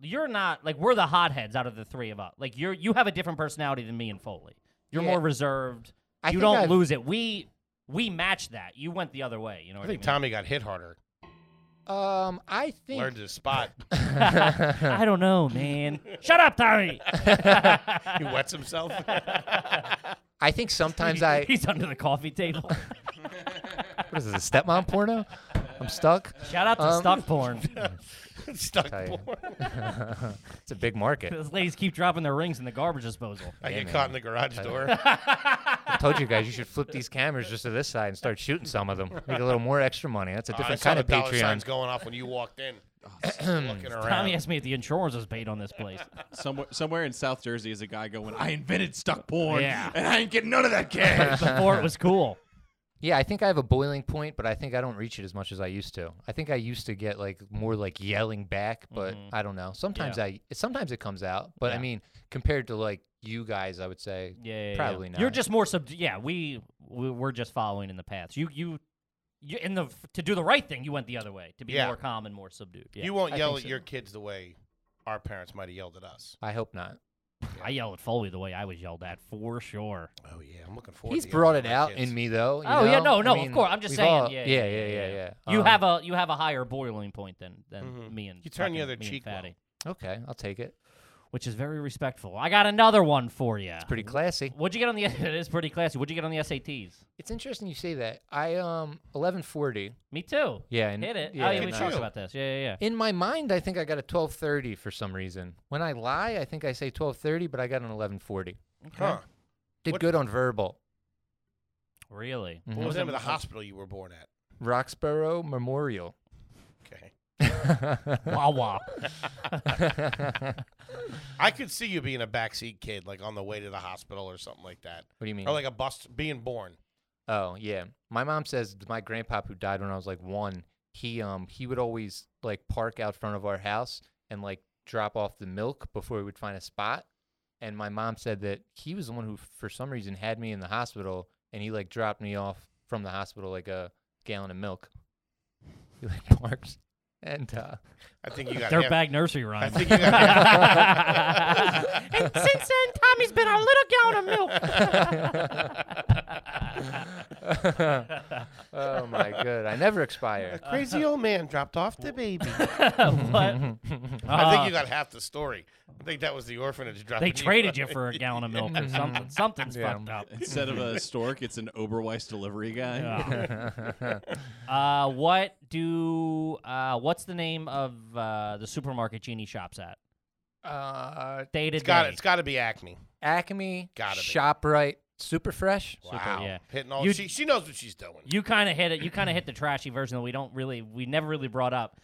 S4: You're not like we're the hotheads out of the three of us. Like you're you have a different personality than me and Foley. You're
S6: Yeah.
S4: more reserved.
S6: I
S4: you
S6: think
S4: don't
S6: I've-
S4: lose it. We we match that. You went the other way. You know
S3: I
S4: what I,
S3: think Tommy got hit harder.
S6: um i
S3: Learned
S6: think
S3: his spot.
S4: mean? I don't know, man. Shut up, Tommy.
S3: He wets himself.
S6: i think sometimes i
S4: He's under the coffee table.
S6: what is this a stepmom porno i'm stuck
S4: Shout out to
S6: Um,
S4: stock porn.
S3: Stuck.
S6: Tell you.
S3: board.
S6: it's a big market
S4: Those ladies keep dropping their rings in the garbage disposal.
S3: I get caught in the garage door.
S6: i told you guys you should flip these cameras just to this side and start shooting some of them make a little more extra money that's a
S3: Uh, I
S6: different
S3: saw
S6: kind
S3: the
S6: of
S3: dollar signs
S6: patreon Oh,
S3: going off when you walked in. looking around.
S4: Tommy asked me if the insurance was paid on this place.
S5: somewhere, somewhere in South Jersey is a guy going, I invented stuck porn,
S4: Yeah.
S5: and I ain't getting none of that cash.
S4: Before it was cool.
S6: yeah i think i have a boiling point but i think i don't reach it as much as i used to i think i used to get like more like yelling back but i don't know sometimes i sometimes it comes out but i
S4: Yeah.
S6: mean compared to like you guys i would say
S4: Yeah, yeah, yeah.
S6: probably not
S4: You're just more sub. Yeah, we, we we're just following in the paths. You you, you in the to do the right thing. You went the other way to be
S3: Yeah.
S4: more calm and more subdued. Yeah.
S3: You won't
S6: I
S3: yell
S6: think
S3: at
S6: so.
S3: your kids the way our parents might have yelled at us.
S6: i hope not
S4: I yell at Foley the way I was yelled at for sure.
S3: Oh yeah, I'm looking forward.
S6: he's
S3: to
S6: brought it out in me though you
S4: oh yeah,
S6: know?
S4: no,
S6: I
S4: no,
S6: mean,
S4: of course. I'm just
S6: we've
S4: saying.
S6: all-
S4: yeah,
S6: yeah yeah yeah, yeah.
S4: You
S6: Um,
S4: have
S6: Mm-hmm.
S4: a you have a higher boiling point than than me and
S3: You turn the
S4: fucking-
S3: other
S4: me and
S3: cheek, Will.
S4: fatty,
S6: Um, okay i'll take it
S4: which is very respectful. I got another one for you.
S6: pretty classy
S4: What'd you get on the? it is pretty classy. What'd you get on the SATs?
S6: it's interesting you say that i um 1140
S4: Me too.
S6: yeah and
S4: Hit it.
S6: yeah,
S4: oh, yeah, we
S6: and, uh,
S4: talked about this. Yeah, yeah, yeah.
S6: in my mind, I think I got a twelve thirty for some reason. When I lie, I think I say twelve thirty, but I got an eleven forty.
S3: Huh?
S6: Did
S3: What-
S6: good on verbal.
S4: Really?
S6: Mm-hmm.
S3: What was the name of the hospital you were born at?
S6: Roxborough Memorial.
S3: Okay.
S4: Wawa.
S3: I could see you being a backseat kid, like on the way to the hospital or something like that,
S6: What do you mean?
S3: or Oh, like a bus being born.
S6: oh yeah, my mom says th- my grandpa who died when I was like one. He um he would always like park out front of our house and like drop off the milk before we would find a spot. And my mom said that he was the one who, for some reason, had me in the hospital, and he like dropped me off from the hospital like a gallon of milk. You like Parks? And uh,
S3: I think you got half-
S4: Dirtbag nursery
S3: I
S4: rhyme.
S3: think you got half-
S4: and since then, Tommy's been a little gallon of milk.
S6: uh, oh my good, I never expire.
S3: crazy old man dropped off the baby.
S4: what?
S3: I think you got half the story. I think that was the orphanage dropping.
S4: Ah. They traded you for a gallon of milk or something. Something's
S6: Yeah.
S4: fucked up.
S5: Instead of a stork, it's an Oberweis delivery guy.
S4: Uh, what do? Uh, what's the name of uh, the supermarket Genie shops at?
S6: Uh,
S4: Day to
S3: It's got
S4: day.
S3: it's got to be Acme.
S6: Acme,
S3: Gotta be.
S6: Shoprite, Super Fresh.
S3: Wow,
S4: yeah.
S3: hitting all.
S4: You-
S3: she she knows what she's doing.
S4: You kind of hit it. You kind of hit the trashy version that we don't really, we never really brought up.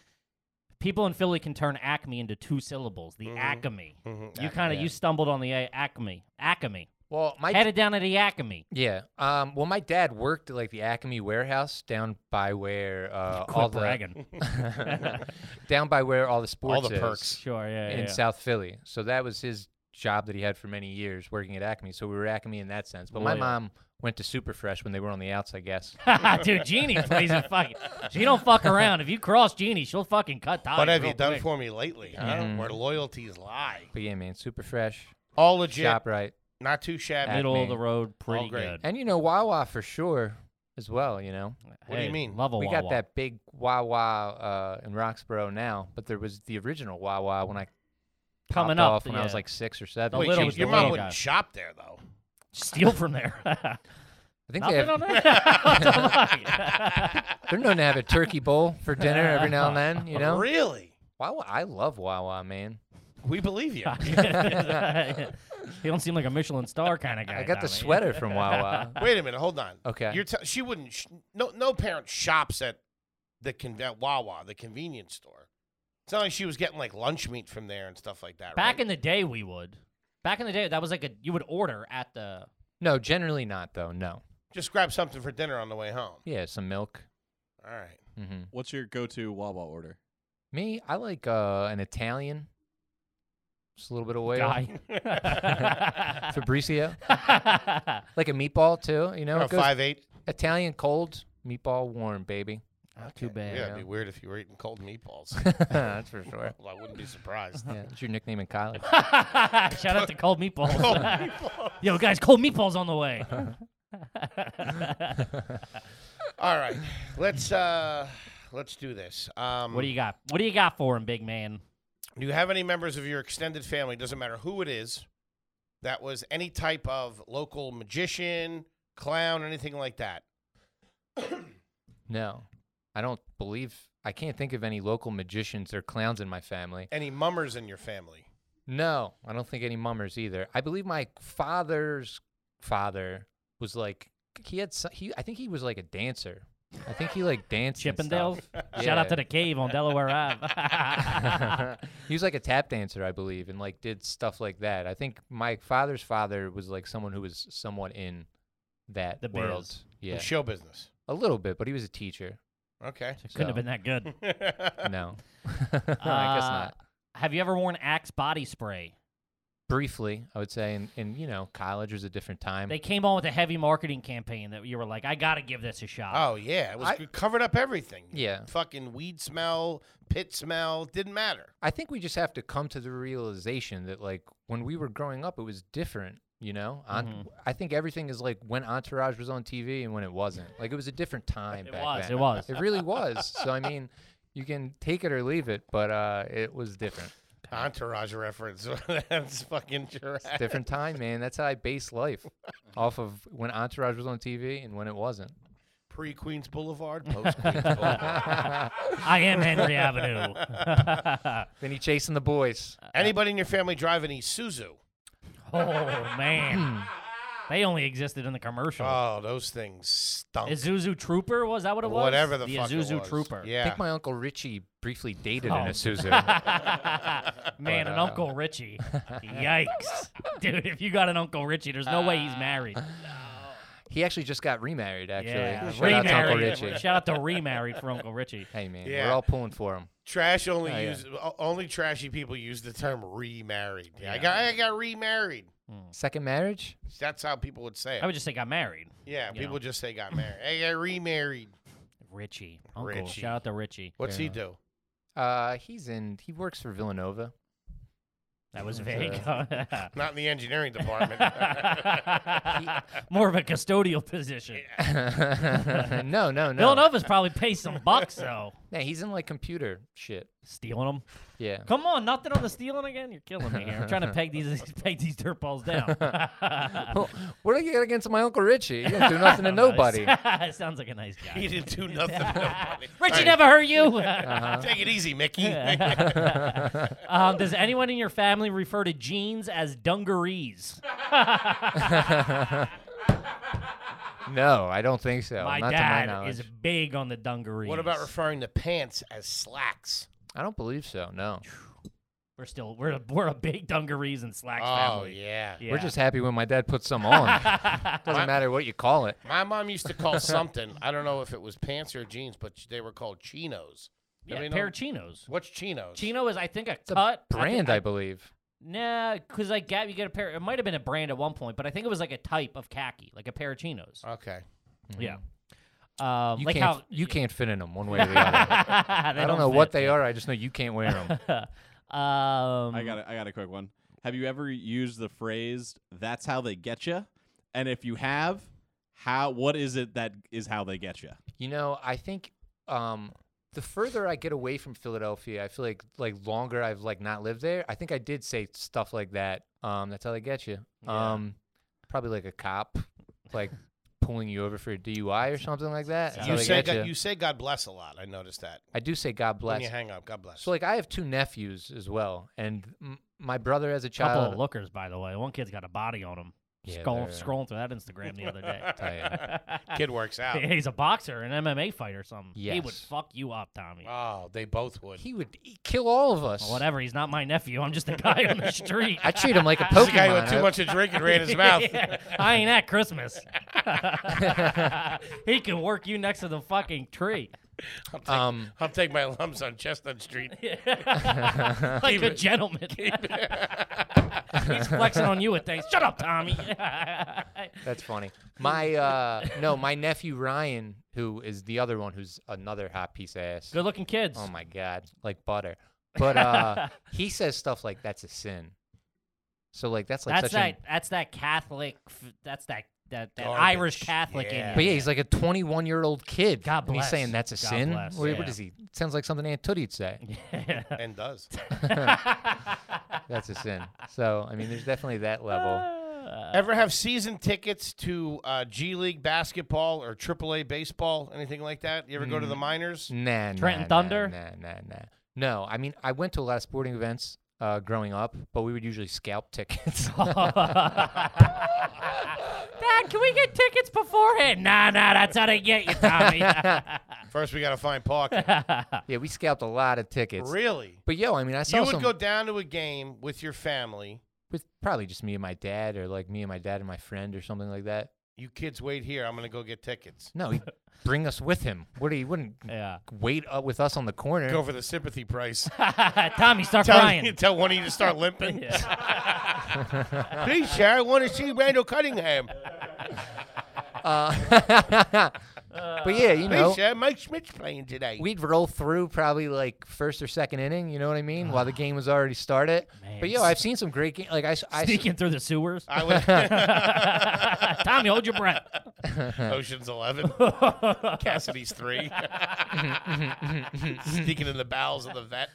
S4: People in Philly can turn Acme into two syllables. The
S3: Mm-hmm.
S4: Acme. You kind of you stumbled on the a- Acme. Acme.
S6: Well, my
S4: Headed down to the Acme.
S6: yeah. Um, well, my dad worked at like the Acme warehouse down by where uh,
S4: Quit
S6: all the
S4: bragging.
S6: down by where all the sports
S3: all the
S6: is
S3: perks.
S4: sure. Yeah.
S6: in
S4: yeah.
S6: South Philly. So that was his job that he had for many years working at Acme. So we were Acme in that sense. But my
S4: Loyal.
S6: mom went to Super Fresh when they were on the outs, I guess.
S4: Dude, Jeannie plays a fucking. She don't fuck around. If you cross Jeannie, she'll fucking cut ties.
S3: What have
S4: real
S3: you done
S4: quick.
S3: for me lately? Huh?
S4: Mm-hmm.
S3: Where loyalties lie.
S6: but yeah, man, Super Fresh,
S3: All legit,
S6: Shoprite,
S3: not too shabby.
S6: Acme.
S4: Middle of the road, pretty
S3: great.
S4: good.
S6: and you know Wawa for sure as well. You know.
S3: What do you
S4: Hey,
S3: mean?
S4: Love a
S6: we
S4: Wawa.
S6: got that big Wawa uh, in Roxborough now, but there was the original Wawa when I
S4: Coming
S6: popped
S4: up,
S6: off when I was
S4: yeah.
S6: like six or seven.
S4: The
S3: Wait,
S4: little-
S3: you-
S4: the
S3: your
S4: little
S3: mom wouldn't
S4: guy.
S3: shop there though.
S4: Steal from there.
S6: I think
S4: Nothing
S6: they have,
S4: on that. What the fuck?
S6: they're known to have a turkey bowl for dinner every now and then. You know,
S3: Really?
S6: Wawa, I love Wawa, man.
S3: We believe you.
S4: you don't seem like a Michelin star kind of guy.
S6: I got the
S4: Tommy.
S6: sweater from Wawa.
S3: Wait a minute. Hold on.
S6: Okay.
S3: You're tell she wouldn't. Sh- no, no parent shops at the con- at Wawa, the convenience store. It's not like she was getting like lunch meat from there and stuff like that.
S4: Back
S3: right?
S4: in the day, we would. Back in the day, that was like a you would order at the.
S6: No, generally not though. No.
S3: just grab something for dinner on the way home.
S6: Yeah, some milk.
S3: All right.
S6: hmm
S5: What's your go-to Wawa order?
S6: Me, I like uh, an Italian. Just a little bit of oil.
S4: Guy.
S6: Fabrizio. like a meatball too. You know,
S3: Or
S6: it
S3: a
S6: goes
S3: Oh, five eight.
S6: Italian cold, meatball warm, baby.
S4: Not too
S3: Yeah,
S4: bad.
S6: yeah.
S3: it'd be weird if you were eating cold meatballs.
S6: That's for sure.
S3: well, I wouldn't be surprised.
S6: Yeah, it's your nickname in college.
S4: Shout out to Cold Meatballs. Yo, guys, Cold Meatballs on the way.
S3: All right, let's uh, let's do this. Um,
S4: what do you got? What do you got for him, big man?
S3: Do you have any members of your extended family? Doesn't matter who it is. That was any type of local magician, clown, anything like that.
S6: No, I don't believe. I can't think of any local magicians or clowns in my family.
S3: Any mummers in your family?
S6: No, I don't think any mummers either. I believe my father's father was like he had so- he. I think he was like a dancer. I think he like danced. and
S4: Chippendales?
S6: stuff.
S4: Shout out
S6: Yeah.
S4: to the cave on Delaware Ave.
S6: he was like a tap dancer, I believe, and like did stuff like that. I think my father's father was like someone who was somewhat in that
S4: The biz.
S6: world. Yeah,
S3: In show business.
S6: a little bit, but he was a teacher.
S3: Okay.
S4: Couldn't
S6: so-
S4: have been that Uh, good.
S6: No, I guess not.
S4: Have you ever worn Axe body spray?
S6: briefly, I would say, and, and you know, college was a different time.
S4: They came on with a heavy marketing campaign that you were like, I got to give this a shot.
S3: Oh yeah, it was
S6: I-
S3: it covered up everything.
S6: Yeah.
S3: Fucking weed smell, pit smell, didn't matter.
S6: I think we just have to come to the realization that like when we were growing up, it was different. You know, on,
S4: Mm-hmm.
S6: I think everything is like when Entourage was on TV and when it wasn't. Like it was a different time.
S4: It
S6: back
S4: was,
S6: then.
S4: it was.
S6: It really was. So I mean, you can take it or leave it, but uh, it was different.
S3: Entourage reference. That's fucking Jurassic.
S6: Different time, man. That's how I base life, off of when Entourage was on TV and when it wasn't.
S3: Pre Queens Boulevard, post Queens Boulevard.
S4: I am Henry Avenue.
S6: Then he chasing the boys.
S4: Uh,
S3: Anybody in your family drive an Isuzu?
S4: Oh, man. they only existed in the commercial.
S3: Oh, those things stunk.
S4: Azuzu Trooper, was that what it was?
S3: Whatever the, fuck it
S4: Azuzu
S3: was.
S4: Trooper.
S6: I
S3: Yeah.
S6: think my uncle Richie briefly dated
S4: Oh.
S6: an Isuzu.
S4: Man,
S3: uh,
S4: an Uncle Richie. Yikes. Dude, if you got an Uncle Richie, there's no way he's
S3: Uh,
S4: married.
S6: He actually just got remarried, actually.
S4: Yeah,
S6: Shout out
S4: remarried.
S6: to Uncle Richie.
S4: Shout out to remarried for Uncle Richie.
S6: Hey, man,
S3: Yeah.
S6: we're all pulling for him.
S3: Trash only
S4: Oh,
S6: yeah.
S3: use o- only trashy people use the term remarried. Yeah, I got I got remarried.
S6: Second marriage?
S3: That's how people would say it.
S4: I would just say got married.
S3: yeah,
S4: you
S3: people
S4: know.
S3: just say got married. I got remarried.
S4: Richie. Uncle.
S3: Richie.
S4: Shout out to Richie.
S3: What's he do?
S6: Uh, he's in. He works for Villanova.
S4: That was vague.
S3: Not in the engineering department.
S4: More of a custodial position.
S6: no, no, no.
S4: Villanova's probably pay some bucks though.
S6: Yeah, he's in like computer shit.
S4: Stealing them.
S6: Yeah.
S4: Come on, nothing on the stealing again. You're killing me here. I'm trying to peg these peg these dirt balls down.
S6: Well, what do you get against my uncle Richie? You don't do nothing to nobody.
S4: Sounds like a nice guy.
S3: he didn't do nothing. to nobody.
S4: Richie
S3: All right,
S4: never hurt you.
S3: Take it easy, Mickey.
S4: um, does anyone in your family refer to jeans as dungarees?
S6: No, I don't think so.
S4: my
S6: Not to my
S4: dad
S6: knowledge.
S4: is big on the dungarees.
S3: what about referring to pants as slacks?
S6: I don't believe so. No,
S4: We're still we're a, we're a big dungarees and slacks
S3: Oh
S4: family.
S3: yeah.
S4: Yeah.
S6: we're just happy when my dad puts some on. Doesn't matter what you call it.
S3: My mom used to call something. I don't know if it was pants or jeans, but they were called chinos.
S4: yeah,
S3: Anybody know-
S4: pair of chinos.
S3: What's chinos?
S4: Chino is I think a
S6: It's a
S4: cut I think-
S6: brand, I, believe.
S4: Nah, because like Gap, you get a pair. It might have been a brand at one point, but I think it was like a type of khaki, like a pair of chinos.
S3: Okay.
S4: Yeah. Um,
S6: Mm-hmm. You
S4: like
S6: can't.
S4: how
S6: you can't fit in them one way or the other.
S4: I
S6: I don't know what they are. I just know you can't wear them.
S4: Um,
S5: I got a, I got a quick one. Have you ever used the phrase "That's how they get you"? And if you have, how what is it that is how they get you?
S6: You know, I think um, the further I get away from Philadelphia, I feel like like longer I've like not lived there. I think I did say stuff like that. Um, that's how they get you.
S4: Yeah.
S6: Um, probably like a cop, like pulling you over for a DUI or something like that. That's how
S3: You
S6: they
S3: say
S6: get
S3: God,
S6: you.
S3: you say God bless a lot. I noticed that.
S6: I do say God
S3: When
S6: bless.
S3: you hang up, God bless.
S6: So like I have two nephews as well, and m- my brother as a
S4: couple
S6: child.
S4: of lookers, by the way. One kid's got a body on him.
S6: Yeah,
S4: Scroll,
S6: they're-
S4: scrolling through that Instagram the other day.
S6: Tight.
S3: Kid works out.
S4: He's a boxer, an MMA fighter, or something. He would
S6: Yes.
S4: fuck you up, Tommy.
S3: Oh, they both would.
S6: He would e- kill all of us.
S4: Whatever. He's not my nephew. I'm just a guy on the street.
S6: I treat him like a Pokemon.
S3: He's a guy with too
S6: I-
S3: much to drink and ran his mouth.
S4: Yeah, I ain't at Christmas. he can work you next to the fucking tree.
S6: Um,
S3: I'll take my lumps on Chestnut Street.
S4: like a gentleman. He's flexing on you with things. Shut up, Tommy.
S6: That's funny. My uh no, my nephew Ryan, who is the other one who's another hot piece of ass.
S4: Good looking kids.
S6: Oh my god, like butter. But uh he says stuff like that's a sin. So like that's like
S4: that's
S6: such
S4: that.
S6: a
S4: That's that Catholic. f- That's that. That, that
S3: Garbage.
S4: Irish Catholic
S3: Yeah.
S4: in
S6: But
S4: you.
S6: yeah, he's like a 21 year old kid.
S4: God
S6: And he's
S4: bless.
S6: saying that's a
S4: God
S6: sin.
S4: bless,
S6: Wait,
S4: yeah.
S6: What is he? Sounds like something Aunt Tootie'd say.
S3: And does.
S6: That's a sin. So I mean, there's definitely that level.
S4: Uh,
S3: Ever have season tickets to uh, G League basketball or AAA baseball, anything like that? You ever go to the
S6: Mm.
S3: minors?
S6: Nah, nah,
S4: Trenton
S6: nah,
S4: Thunder?
S6: Nah, nah, nah. No, I mean, I went to a lot of sporting events uh, growing up, but we would usually scalp tickets.
S4: Dad, can we get tickets beforehand? Nah, nah, that's how they get you, Tommy.
S3: First, we got to find Park.
S6: Yeah, we scalped a lot of tickets.
S3: really?
S6: But yo, I mean, I saw
S3: You would
S6: some
S3: go down to a game with your family.
S6: with probably just me and my dad, or like me and my dad and my friend, or something like that.
S3: You kids wait here. I'm going to go get tickets.
S6: No, he'd bring us with him. What he wouldn't
S4: yeah.
S6: wait up with us on the corner.
S3: Go for the sympathy price.
S4: Uh, Tommy, start
S3: tell,
S4: crying.
S3: tell one of you to start limping. Please, sir, I want to see Randall Cunningham.
S6: Uh, but yeah, you know,
S3: Please, sir, Mike Schmidt's playing today.
S6: we'd roll through probably like first or second inning. You know what I mean? While the game was already started. But yo, I've seen some great games. Like I, s- I s-
S4: Sneaking through the sewers.
S3: I would,
S4: Tommy, hold your breath.
S3: Ocean's Eleven. Cassidy's three.
S6: Mm-hmm,
S3: Sneaking in the bowels of the vet.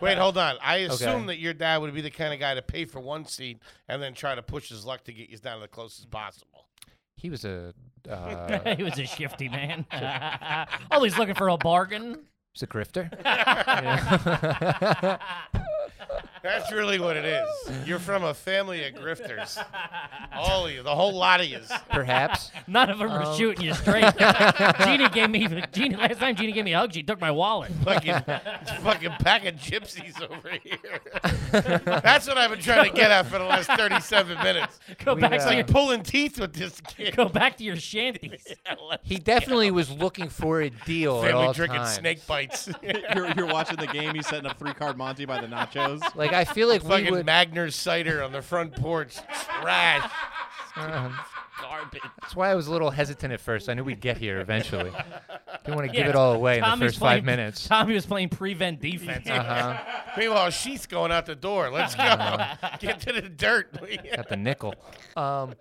S3: Wait, hold on. I assume
S6: Okay.
S3: that your dad would be the kind of guy to pay for one seat and then try to push his luck to get you down to the closest possible.
S6: he was a uh,
S4: he was a shifty man. oh, he's looking for a bargain.
S6: he's a grifter.
S3: That's really what it is. You're from a family of grifters. All of you, the whole lot of you.
S6: Perhaps
S4: None of them were shooting you straight. Gina gave me Gina last time. Gina gave me a hug. She took my wallet.
S3: Fucking, fucking pack of gypsies over here. That's what I've been trying to get at for the last 37 minutes.
S4: Go back
S3: It's
S4: to your
S3: like pulling teeth with this kid.
S4: go back to your shanties.
S6: he definitely was looking for a deal at
S3: Family
S6: all
S3: drinking
S6: times.
S3: snake bites.
S5: You're, you're watching the game. He's setting up three card Monty by the nachos.
S6: Like I feel like we
S3: fucking
S6: would.
S3: Magner's cider on the front porch. Trash.
S1: garbage.
S6: Uh-huh. That's why I was a little hesitant at first. I knew we'd get here eventually. Didn't want to give
S4: Yeah,
S6: it all away in the
S4: Tommy's
S6: first five
S4: playing-
S6: minutes.
S4: Tommy was playing prevent defense.
S6: Uh-huh.
S3: Meanwhile, she's going out the door. Let's go. Get to the dirt.
S6: Got the nickel. Um,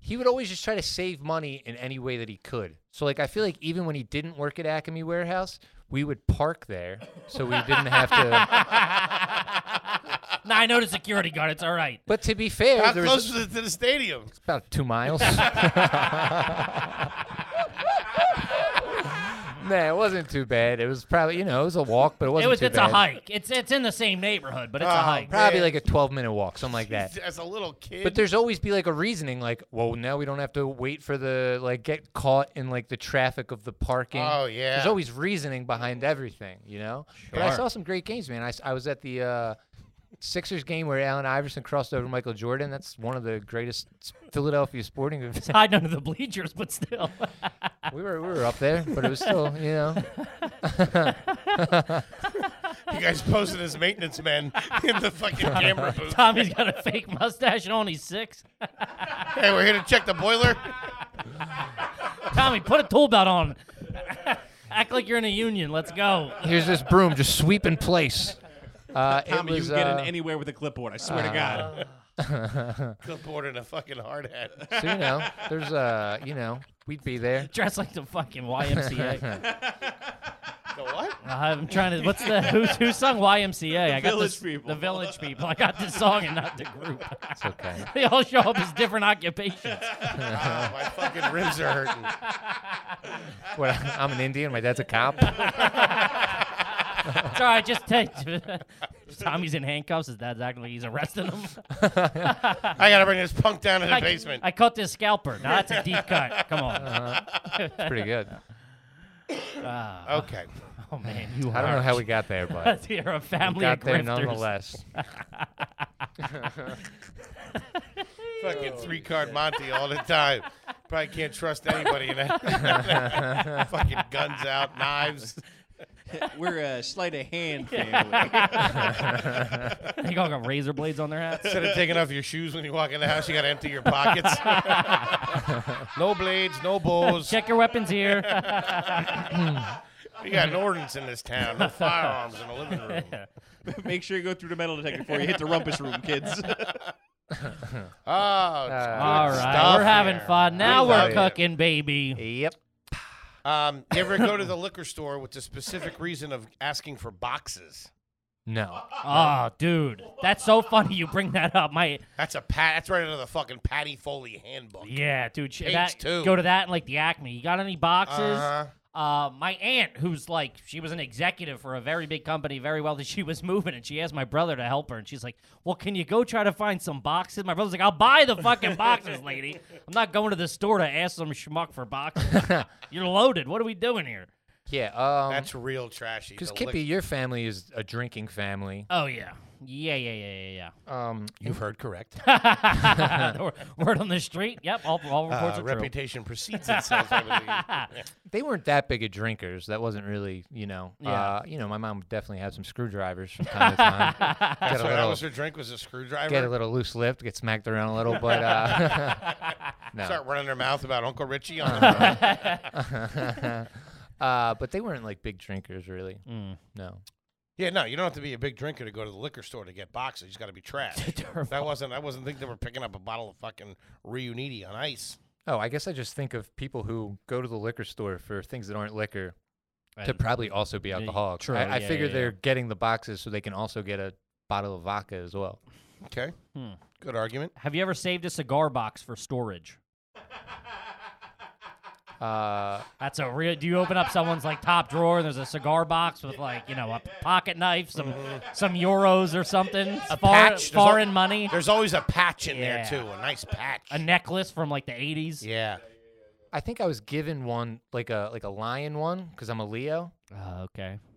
S6: he would always just try to save money in any way that he could. So like I feel like even when he didn't work at Acme Warehouse, we would park there so we didn't have to.
S4: nah, I know the security guard. It's all right.
S6: But to be fair,
S3: How
S6: there
S3: close
S6: was
S3: was it to the stadium?
S6: about two miles. nah, it wasn't too bad. It was probably you know it was a walk, but it
S4: It
S6: wasn't
S4: was.
S6: too
S4: It's
S6: bad.
S4: a hike. It's it's in the same neighborhood, but it's a
S3: Oh,
S4: hike.
S6: Probably
S3: Yeah.
S6: like a 12 minute walk, something like that.
S3: As a little kid.
S6: But there's always be like a reasoning, like, well, now we don't have to wait for the like get caught in like the traffic of the parking.
S3: Oh, yeah.
S6: There's always reasoning behind everything, you know. But I
S4: Sure.
S6: saw some great games, man. I, s- I was at the uh, Sixers game where Allen Iverson crossed over Michael Jordan. That's one of the greatest s- Philadelphia sporting events.
S4: Hiding under the bleachers, but still.
S6: we were we were up there, but it was still, you know,
S3: you guys posing as maintenance men in the fucking camera booth.
S4: Tommy's got a fake mustache and only six.
S3: Hey, we're here to check the boiler.
S4: Tommy, put a tool belt on. Act like you're in a union. Let's go.
S6: here's this broom just sweeping place. Uh, it
S5: Tommy,
S6: was,
S5: you can get
S6: uh,
S5: in anywhere with a clipboard. I swear to God.
S3: Clipboard and a fucking hard hat.
S6: so, you know, there's uh, you know, we'd be there.
S4: Dressed like the fucking YMCA.
S3: The what?
S4: I'm trying to. What's the who's who sung YMCA? I got
S5: Village
S4: this,
S5: People.
S4: The Village People. I got the song and not the group.
S6: It's okay.
S4: they all show up as different occupations.
S3: Ah, my fucking ribs are hurting.
S6: What, I'm an Indian. My dad's a cop.
S4: It's all right. Just take. Tommy's in handcuffs. His dad's acting like he's arresting him.
S3: I gotta bring this punk down to the
S4: I,
S3: basement.
S4: I caught this scalper. Now that's a deep cut. Come on.
S6: It's pretty good.
S3: okay.
S4: oh man, you
S6: I don't know how we got there, but
S4: You're a family
S6: got
S4: of
S6: there
S4: grifters.
S6: nonetheless.
S3: Fucking three card Monty all the time. Probably can't trust anybody in that. fucking guns out, knives.
S5: Uh, We're a sleight of hand family.
S4: They all got razor blades on their hats.
S3: Instead of taking off your shoes when you walk in the house, you gotta empty your pockets. no blades, no bows.
S4: Check your weapons here.
S3: We got an ordinance in this town. No firearms in the living room.
S5: Make sure you go through the metal detector before you hit the rumpus room, kids.
S3: Oh, it's
S6: Uh,
S3: good
S4: All right,
S3: stuff
S4: we're having
S3: there.
S4: fun. Now
S3: We
S4: we're
S3: love it.
S4: cooking, baby.
S6: Yep.
S3: Um, you ever go to the liquor store with the specific reason of asking for boxes?
S6: No.
S4: Oh, dude, that's so funny. You bring that up, my
S3: That's a pat. That's right out of the fucking Patty Foley handbook.
S4: yeah, dude. sh-
S3: Page
S4: that-
S3: two.
S4: Go to that and like the Acme. You got any boxes?
S3: Uh-huh.
S4: Uh, my aunt, who's like, she was an executive for a very big company, very wealthy. She was moving, and she asked my brother to help her. And she's like, "Well, can you go try to find some boxes?" My brother's like, "I'll buy the fucking boxes, lady. I'm not going to the store to ask some schmuck for boxes. You're loaded. What are we doing here?"
S6: Yeah. Um.
S3: That's real trashy.
S6: Because
S3: The
S6: Kippy,
S3: lick-
S6: your family is a drinking family.
S4: Oh yeah, yeah, yeah, yeah, yeah, yeah.
S6: Um.
S3: you've heard correct. Uh,
S4: Wor- Word on the street. Yep, all, all
S3: Uh,
S4: reports are true.
S3: reputation precedes itself. I believe.
S6: They weren't that big of drinkers. That wasn't really, you know.
S4: Yeah.
S6: Uh, you know, my mom definitely had some screwdrivers from time to time. get a
S3: So that was
S6: little,
S3: her drink was a screwdriver.
S6: get a little loose lipped, get smacked around a little, but uh, no.
S3: Start running her mouth about Uncle Richie on the
S6: Uh, but they weren't like big drinkers, really.
S4: Mm.
S6: No.
S3: Yeah, no, you don't have to be a big drinker to go to the liquor store to get boxes. You just got to be trashed. that wasn't. I wasn't thinking they were picking up a bottle of fucking Reuniti on ice.
S6: Oh, I guess I just think of people who go to the liquor store for things that aren't liquor to probably also be alcoholics.
S4: true,
S6: I, I
S4: yeah,
S6: figure
S4: yeah,
S6: they're getting the boxes so they can also get a bottle of vodka as well.
S3: Okay.
S4: Hmm.
S3: Good argument.
S4: Have you ever saved a cigar box for storage?
S6: Uh,
S4: That's a real. Do you open up someone's like top drawer and there's a cigar box with like you know a pocket knife, some some euros or something, a
S3: patch. There's al-
S4: foreign money,
S3: There's always a patch in
S4: Yeah.
S3: there too. A nice patch.
S4: a necklace from like the 80s.
S3: yeah.
S6: I think I was given one like a like a lion one because I'm a Leo.
S4: Oh, okay.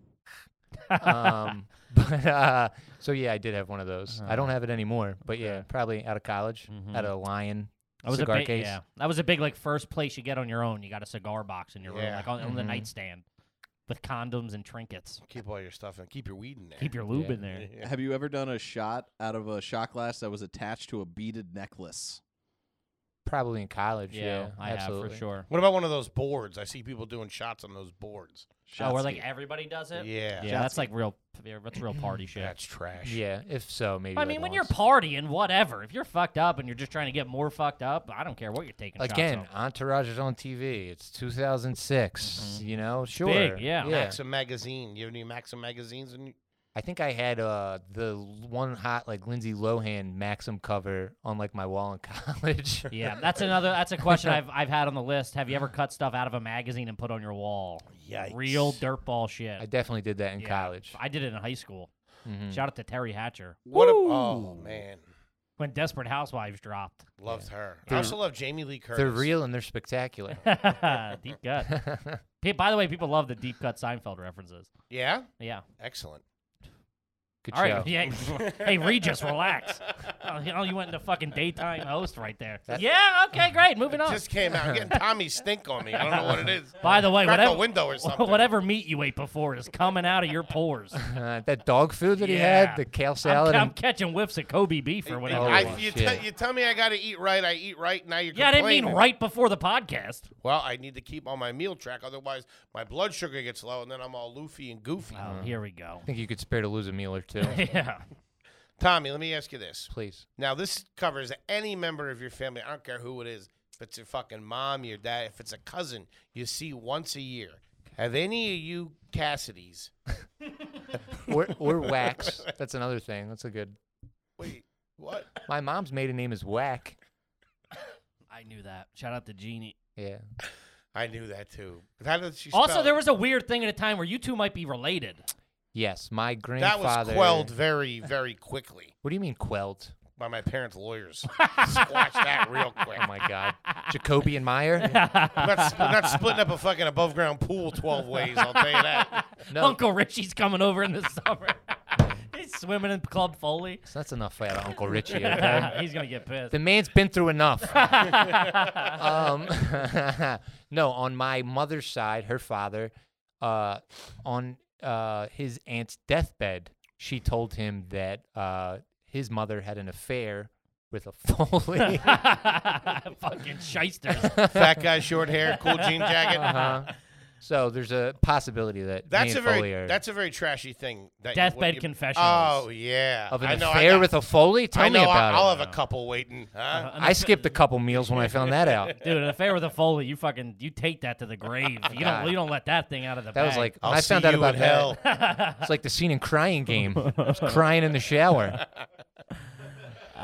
S6: Um, but uh, so yeah, I did have one of those. I
S4: Uh-huh.
S6: don't have it anymore, but yeah, probably out of college, out of a lion
S4: That Mm-hmm. was
S6: cigar
S4: a big,
S6: case.
S4: Yeah, that was a big like first place you get on your own. You got a cigar box in your room,
S3: Yeah.
S4: like on, on the nightstand, with condoms and trinkets.
S3: Keep all your stuff and keep your weed in there.
S4: Keep your lube
S6: Yeah.
S4: in there.
S5: Have Oh, you ever done a shot out of a shot glass that was attached to a beaded necklace?
S6: Probably in college.
S4: Yeah,
S6: Yeah,
S4: I
S6: absolutely.
S4: have for sure.
S3: What about one of those boards? I see people doing shots on those boards.
S4: Oh, where
S5: Shotski.
S4: like everybody does it.
S3: Yeah.
S4: yeah that's like real. yeah, That's real party shit.
S3: That's trash.
S6: Yeah, if so, maybe.
S4: I
S6: like
S4: mean, when you're
S6: once.
S4: partying, whatever. If you're fucked up and you're just trying to get more fucked up, I don't care what you're taking. shots
S6: again,
S4: of.
S6: Entourage is on TV. It's 2006. You know, sure.
S4: Mm-hmm. big, yeah.
S3: Maxim magazine. You have any Maxim magazines? In-
S6: I think I had uh the l- one hot like Lindsay Lohan Maxim cover on like my wall in college.
S4: yeah, that's another. That's a question I've I've had on the list. Have you ever cut stuff out of a magazine and put on your wall?
S3: Yikes.
S4: Real dirtball shit.
S6: I definitely did that in
S4: Yeah.
S6: college.
S4: I did it in high school.
S6: Mhm.
S4: Shout out to Terry Hatcher
S3: What? A- oh man,
S4: when Desperate Housewives dropped.
S3: loved her. I also love Jamie Lee Curtis.
S6: They're real and they're spectacular.
S4: deep cut. Pe- By the way, people love the deep cut Seinfeld references.
S3: Yeah.
S4: Yeah.
S3: Excellent.
S6: Good
S4: All
S6: show.
S4: right. Yeah. hey, Regis, relax. Oh, you know, you went into fucking daytime host right there. yeah. Okay. Great. Moving on.
S3: Just came out. I'm getting Tommy's stink on me. I don't know what it is.
S4: By the way,
S3: Crack
S4: whatever
S3: a window or something.
S4: whatever meat you ate before is coming out of your pores. I'm
S6: Uh, that dog food that he
S4: Yeah.
S6: had, the kale
S4: ca-
S6: salad.
S4: I'm,
S6: and-
S4: catching whiffs of Kobe beef or whatever.
S3: I,
S4: it was.
S3: you,
S6: shit.
S3: te- you tell me I got to eat right. I eat right. Now you're
S4: yeah, I didn't mean
S3: complaining.
S4: right before the podcast.
S3: Well, I need to keep on my meal track, otherwise my blood sugar gets low, and then I'm all loofy and goofy.
S6: Uh-huh.
S4: Oh, here we go.
S6: I think you could spare to lose a meal or two,
S4: yeah.
S3: Tommy, let me ask you this.
S6: please.
S3: Now, this covers any member of your family. I don't care who it is. If it's your fucking mom, your dad, if it's a cousin you see once a year. Have any of you Cassidy's?
S6: Or or wax. That's another thing. That's a good.
S3: Wait, what?
S6: My mom's maiden name is Whack.
S4: I knew that. Shout out to Jeannie.
S6: Yeah.
S3: I knew that too. How did she
S4: Also,
S3: spell
S4: there
S3: it?
S4: was a weird thing at a time where you two might be related.
S6: Yes, my
S3: that
S6: grandfather.
S3: was quelled very, very quickly
S6: What do you mean quelled?
S3: by my parents' lawyers. Squash that real quick.
S6: Oh my God, Jacoby and Meyer.
S3: We're not, we're not splitting up a fucking above ground pool 12 ways, I'll tell you that.
S6: No.
S4: Uncle Richie's coming over in the summer. He's swimming in Club Foley.
S6: So that's enough out of Uncle Richie. Okay?
S4: He's gonna get pissed.
S6: the man's been through enough. um, no, on my mother's side, her father, uh, on uh, his aunt's deathbed, she told him that uh, his mother had an affair with a Foley.
S4: Fucking shysters.
S3: Fat guy, short hair, cool jean jacket.
S6: Uh-huh. so there's a possibility that
S3: That's
S6: me
S3: a
S6: and
S3: very
S6: Foley are
S3: that's a very trashy thing. That
S4: Deathbed
S3: you, what you-
S4: confessionals.
S3: Oh yeah,
S6: of an
S3: I know, I
S6: affair
S3: got-
S6: with a Foley. Tell
S3: I know.
S6: me about
S3: I, will
S6: it.
S3: have a couple waiting. Huh?
S4: Uh-huh.
S6: I skipped a couple meals when I found that out.
S4: Dude, an affair with a Foley, you fucking you take that to the grave. You don't
S6: God.
S4: you don't let that thing out of the
S6: That
S4: bag.
S6: was like
S3: I'll
S6: when I found
S3: see
S6: out
S3: you
S6: about
S3: in
S6: that,
S3: hell.
S6: It's like the scene in Crying Game. I was crying in the shower.
S3: if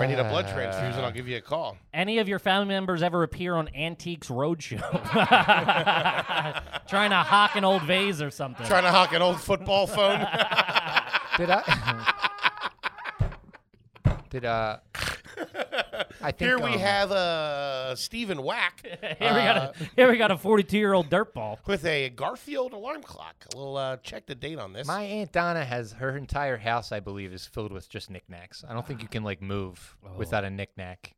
S3: I need a blood transfusion, I'll give you a call.
S4: any of your family members ever appear on Antiques Roadshow. Trying to hawk an old vase or something.
S3: Trying to hawk an old football phone.
S6: Did I? Did uh? I think
S3: Here we
S6: um,
S3: have uh, Stephen Whack
S4: here we
S6: uh,
S4: got a here we got a forty two year old dirt ball.
S3: with a Garfield alarm clock. We'll uh, check the date on this.
S6: My aunt Donna has her entire house. I believe is filled with just knickknacks. I don't think you can like move
S3: Oh.
S6: without a knickknack.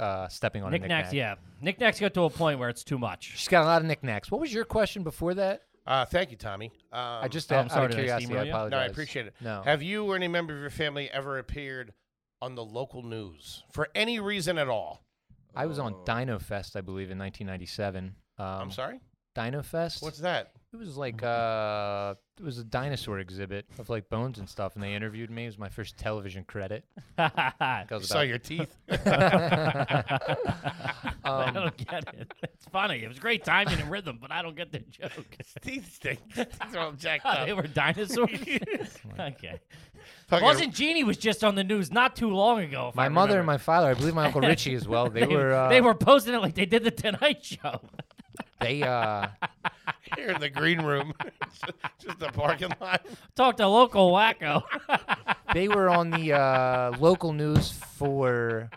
S6: Uh, stepping on a
S4: Knickknacks,
S6: knickknack.
S4: yeah. Knickknacks get to a point where it's too much.
S6: She's got a lot of knickknacks. What was your question before that?
S3: uh, thank you, Tommy. Um,
S6: I just uh,
S4: I'm
S6: out, out
S4: sorry,
S6: of
S4: did I
S6: curiosity. I
S4: steamroll you? No, I
S6: apologize.
S3: no, I appreciate it.
S6: No.
S3: Have you or any member of your family ever appeared on the local news for any reason at all?
S6: I was on Dino Fest, I believe, in 1997. Um,
S3: I'm sorry.
S6: Dino Fest.
S3: What's that?
S6: It was like
S3: Mm-hmm.
S6: uh, it was a dinosaur exhibit of like bones and stuff, and they interviewed me. It was my first television credit. I
S3: I
S6: was
S3: saw
S6: about-
S3: your teeth.
S4: I
S6: Um,
S4: don't get it. It's funny. It was great timing and rhythm, but I don't get the joke.
S3: teeth stink. Teeth are all jacked
S4: Oh,
S3: up.
S4: they were dinosaurs. okay.
S3: Fucking-
S4: Wasn't Genie was just on the news not too long ago? if
S6: my
S4: I
S6: mother and
S4: remember.
S6: my father, I believe my uncle Richie as well. They, were uh,
S4: they were posting it like they did the Tonight Show.
S6: they uh
S3: here in the green room, just the parking lot.
S4: Talk to local wacko.
S6: they were on the uh, local news for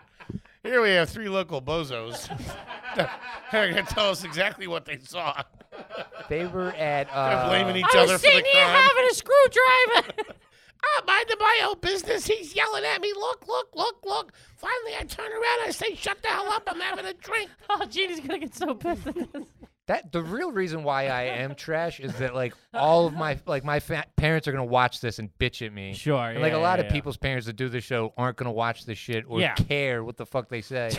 S3: Here we have three local bozos. They're gonna tell us exactly what they saw.
S6: they were at
S3: They're
S6: uh,
S3: blaming each other for the crime.
S4: a screwdriver.
S3: I mind my own business. He's yelling at me. Look, look, look, look. Finally, I turn around. I say, "Shut the hell up! I'm having a drink."
S4: oh, Genie's gonna get so pissed. At this.
S6: That the real reason why I am trash is that like all of my like my fa- parents are gonna watch this and bitch at me.
S4: Sure,
S6: And like
S4: yeah,
S6: a lot
S4: yeah,
S6: of
S4: yeah.
S6: people's parents that do this show aren't gonna watch this shit or
S4: Yeah.
S6: care what the fuck they say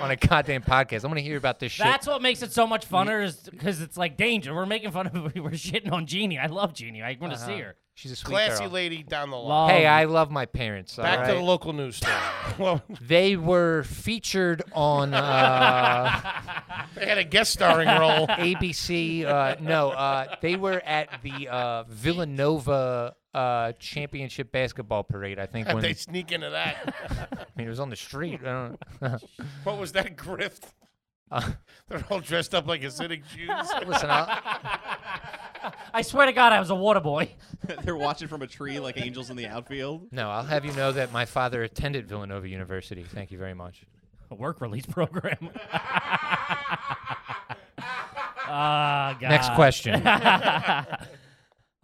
S6: on a goddamn podcast. I'm gonna hear about this shit.
S4: That's what makes it so much funner, is because it's like danger. We're making fun of, we're shitting on Jeannie. I love Jeannie. I want to see her.
S6: She's a sweet
S3: Classy
S6: girl.
S3: lady down the line.
S4: Uh-huh. Love.
S6: Hey, I love my parents.
S3: Back to the
S6: alright?
S3: local news story. well,
S6: they were featured on uh,
S3: they had a guest starring role.
S6: ABC. Uh, no, uh, they were at the uh, Villanova uh, championship basketball parade. I think when
S3: they sneak into that.
S6: I mean, it was on the street. I don't,
S3: What was that grift?
S4: Uh,
S3: They're all dressed up like Hasidic Jews.
S6: listen, I'll,
S4: I swear to God, I was a water boy.
S5: They're watching from a tree like angels in the outfield.
S6: no, I'll have you know that my father attended Villanova University. Thank you very much.
S4: A work release program. Ah, God.
S6: Next question.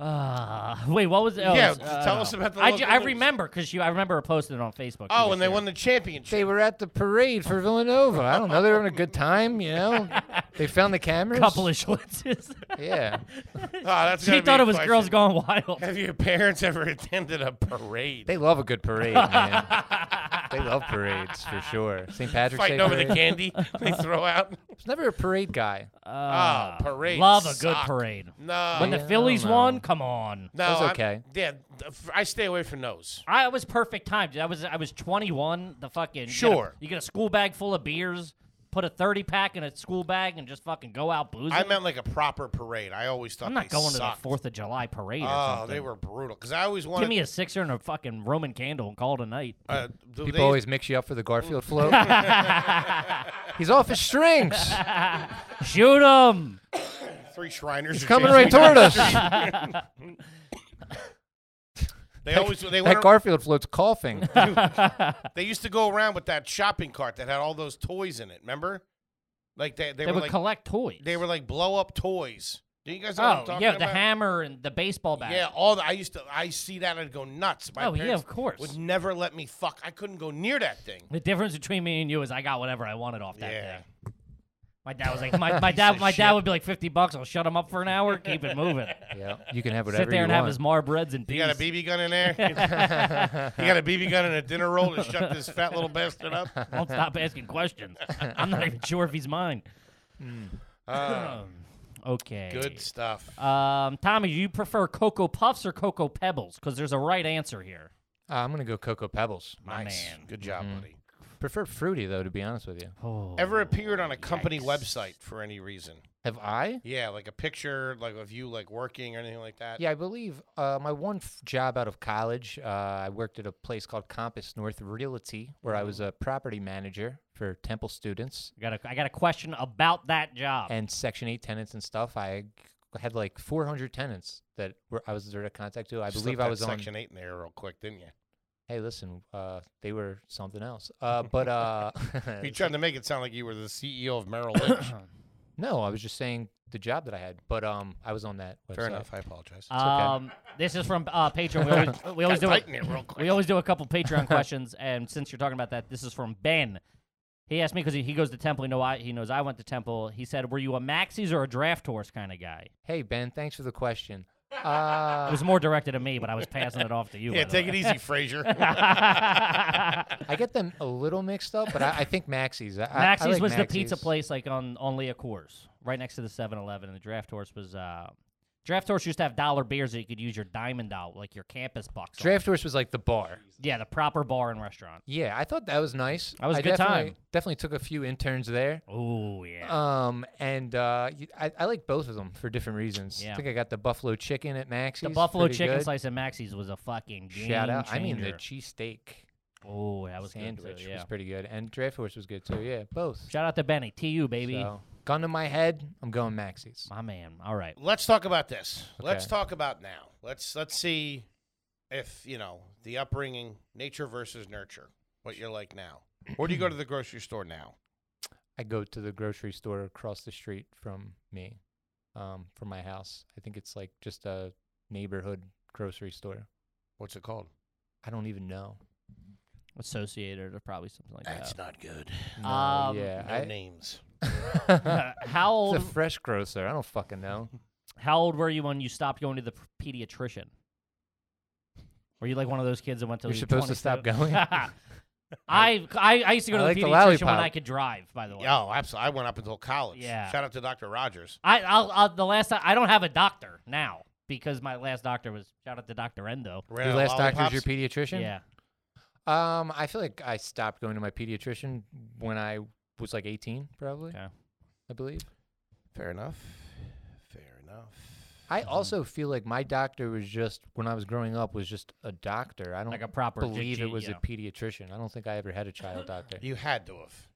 S4: Ah, wait, what was it? Oh,
S3: Yeah,
S4: it was- I
S3: tell
S4: don't
S3: us
S4: know.
S3: about the
S4: I,
S3: local
S4: I
S3: news.
S4: remember because you. I remember her posting it on Facebook. She
S3: Oh,
S4: was
S3: and they
S4: sharing.
S3: won the championship.
S6: they were at the parade for Villanova. I don't know. They were having a good time, you know. They found the cameras.
S4: couple of schlitzes.
S6: yeah.
S3: Oh, that's
S4: she
S3: gotta be
S4: thought
S3: a
S4: it was
S3: question.
S4: Girls Gone Wild.
S3: Have your parents ever attended a parade?
S6: They love a good parade, man. they love parades for sure. St. Patrick's
S3: Fighting
S6: Day
S3: over the
S6: parade.
S3: candy they throw out.
S6: was never a parade guy.
S4: Ah,
S3: parades
S4: Love a good
S3: suck.
S4: parade.
S3: No,
S4: When
S6: I
S4: the
S6: don't
S4: Phillies
S6: know.
S4: won, come on.
S3: no,
S6: That's
S3: I'm-
S6: okay.
S3: yeah, th- I stay away from those.
S4: I it was perfect time. dude. I was I was 21. The fucking You get,
S3: Sure.
S4: a, you get a school bag full of beers, put a 30 pack in a school bag, and just fucking go out boozing.
S3: I meant like a proper parade. I always thought
S4: I'm not
S3: they
S4: going to
S3: sucked.
S4: the Fourth of July parade. Or
S3: Oh,
S4: something.
S3: they were brutal. Because I always wanted.
S4: Give me a sixer and a fucking Roman candle and call it a night.
S3: uh, do
S6: People
S3: they-
S6: always mix you up for the Garfield float. He's off his strings.
S4: Shoot him.
S3: three Shriners are
S6: Coming
S3: chasing me.
S6: right toward us.
S3: They always they went.
S6: That Garfield float's coughing.
S3: they used to go around with that shopping cart that had all those toys in it. Remember? Like they they,
S4: They,
S3: were
S4: would
S3: like
S4: collect toys.
S3: they were like blow up toys. Do you guys know what I'm
S4: Oh
S3: talking
S4: yeah,
S3: about?
S4: the hammer and the baseball bat.
S3: Yeah, all the I used to I see that I'd go nuts. My
S4: Oh, yeah,
S3: parents
S4: of course.
S3: Would never let me fuck. I couldn't go near that thing.
S4: The difference between me and you is I got whatever I wanted off that
S3: Yeah.
S4: thing. My dad was like, my, my
S3: of
S4: dad, my dad
S3: shit.
S4: would be like, fifty bucks. I'll shut him up for an hour, keep it moving.
S6: Yeah, you can have whatever
S4: Sit there
S6: you
S4: and have
S6: want.
S4: his mar breads and
S3: You got a BB gun in there? you got a BB gun and a dinner roll to shut this fat little bastard up?
S4: Don't stop asking questions. I'm not even sure if he's mine. okay.
S3: Good stuff.
S4: Um, Tommy, do you prefer Cocoa Puffs or Cocoa Pebbles? Because there's a right answer here.
S6: Uh, I'm gonna go Cocoa Pebbles.
S4: My
S3: nice.
S4: man. Mm-hmm.
S3: Good job, buddy.
S6: Prefer fruity though, to be honest with you.
S4: Oh.
S3: Ever appeared on a company website for any reason?
S6: Have I?
S3: Yeah, like a picture, like of you like working or anything like that.
S6: Yeah, I believe uh, my one f- job out of college, uh, I worked at a place called Compass North Realty, where I was
S3: Oh.
S6: a property manager for Temple students
S4: I got a, I got a question about that job.
S6: and Section 8 tenants and stuff. I g- had like 400 tenants that were I was direct contact to. I
S3: Slipped
S6: believe I
S3: that
S6: was on.
S3: section eight in there real quick, didn't you?
S6: Hey, listen, uh, they were something else. Uh, but uh,
S3: You tried to make it sound like you were the CEO of Merrill Lynch.
S6: no, I was just saying the job that I had. But um, I was on that. Website.
S3: Fair enough. uh, I apologize.
S4: Um, this is from uh, Patreon. We always, we always do
S3: tighten it real
S4: We
S3: quick.
S4: always do a couple Patreon questions, and since you're talking about that, this is from Ben. He asked me because he, he goes to Temple. He know I he knows I went to Temple. He said, "Were you a Maxis or a draft horse kind of guy?"
S6: Hey Ben, thanks for the question.
S4: It
S6: Uh,
S4: was more directed at me, but I was passing it off to you.
S3: yeah, take it easy, Frazier.
S6: I get them a little mixed up, but I, I think Maxie's. I, I- I
S4: Maxis
S6: like
S4: was the pizza
S6: Maxey's.
S4: place like on on Leah Coors, right next to the 7-Eleven, and the Draft Horse was uh, Draft Horse used to have dollar beers that you could use your diamond out, like your campus bucks. on.
S6: Draft Horse was like the bar.
S4: yeah, the proper bar and restaurant.
S6: Yeah, I thought that was nice.
S4: That was a
S6: I
S4: good
S6: definitely-
S4: time.
S6: Definitely took a few interns there.
S4: Oh yeah.
S6: Um, and uh, y- I, I like both of them for different reasons.
S4: Yeah.
S6: I think I got the buffalo chicken at Maxie's.
S4: the buffalo
S6: pretty
S4: chicken
S6: good.
S4: slice at Maxie's was a fucking game
S6: Shout out! I mean the
S4: changer.
S6: cheesesteak
S4: Oh, that was
S6: sandwich
S4: Good too, yeah.
S6: was pretty good, and Draft Horse was good too. Yeah, both.
S4: Shout out to Benny, TU baby,
S6: So, gun to my head, I'm going Maxie's.
S4: my man. All right,
S3: let's talk about this. Let's
S6: Okay.
S3: talk about now. Let's let's see if you know the upbringing, nature versus nurture. What you're like now. Where do you go to the grocery store now?
S6: I go to the grocery store across the street from me, um, from my house. I think it's like just a neighborhood grocery store.
S3: What's it called?
S6: I don't even know.
S4: associated or probably something like that.
S3: not good.
S6: No,
S4: Um,
S6: yeah,
S3: No
S6: I-
S3: names.
S4: how
S6: It's
S4: old
S6: a fresh grocer. I don't fucking know.
S4: How old were you when you stopped going to the p- pediatrician? Were you like one of those kids that went to?
S6: You're
S4: the
S6: supposed to stop
S4: 22?
S6: going.
S4: I, I I used to go
S6: I
S4: to
S6: like
S4: the pediatrician
S6: the
S4: when
S6: lollipop.
S4: I could drive. By the way,
S3: Oh, absolutely. I went up until college.
S4: Yeah.
S3: Shout out to Dr. Rogers.
S4: I I'll, I'll, the last time I don't have a doctor now because my last doctor was shout out to Doctor Endo.
S3: Ran
S6: Your
S3: out of
S6: last doctor's your
S3: lollipops.
S6: pediatrician.
S4: Yeah,
S6: Um, I feel like I stopped going to my pediatrician when I was like 18, probably.
S4: Okay.
S6: I believe.
S3: Fair enough. Fair enough.
S6: I
S4: Mm-hmm.
S6: also feel like my doctor was just when I was growing up was just a doctor. I don't
S4: like a proper
S6: believe it
S4: GG,
S6: was
S4: yeah.
S6: a pediatrician. I don't think I ever had a child doctor.
S3: You had to have.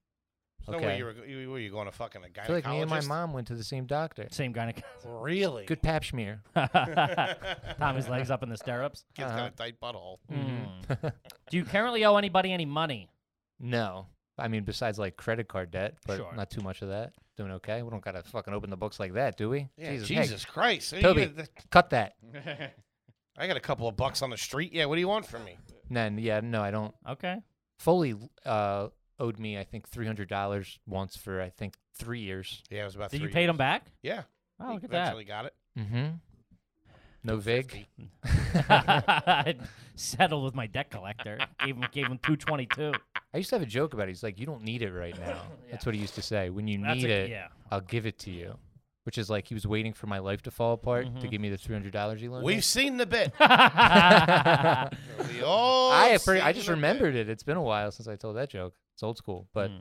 S3: There's no way
S6: Okay.
S3: you were, you, were you going to fucking a
S6: I feel
S3: gynecologist?
S6: like me and my mom went to the same doctor.
S4: same kind
S3: Really?
S6: Good pap smear.
S4: of Tommy's legs up in the stirrups.
S3: Kid's
S6: Uh-huh.
S3: got a tight butthole.
S4: Mm. Do you currently owe anybody any money?
S6: No. I mean, besides like credit card debt, but
S4: Sure.
S6: not too much of that. Doing okay. We don't gotta fucking open the books like that, do we?
S3: Yeah,
S6: Jesus,
S3: Jesus,
S6: Nick,
S3: Christ. Hey,
S6: Toby.
S3: you got-
S6: cut that.
S3: I got a couple of bucks on the street. Yeah, what do you want from me?
S6: No, yeah, no, I don't.
S4: Okay.
S6: Foley uh, owed me, I think, three hundred dollars once for I think three years.
S3: Yeah, it was about
S4: Did you
S3: three
S4: pay
S3: years.
S4: them back?
S3: Yeah.
S4: Oh, look at that.
S3: eventually got it.
S6: Mm-hmm. No vig.
S3: Fifty.
S4: I settled with my debt collector. gave him gave him two twenty two.
S6: I used to have a joke about it. He's like, "You don't need it right now." That's what he used to say. When you
S4: That's
S6: need
S4: a,
S6: it,
S4: yeah.
S6: I'll give it to you. Which is like he was waiting for my life to fall apart to
S4: Mm-hmm.
S6: give me the three hundred dollars he loaned. me.
S3: We've seen the bit.
S4: I
S3: We all
S6: I have pretty, I
S3: seen
S6: just
S3: the bit.
S6: remembered it. It's been a while since I told that joke. It's old school, but
S4: Mm.
S3: Hmm.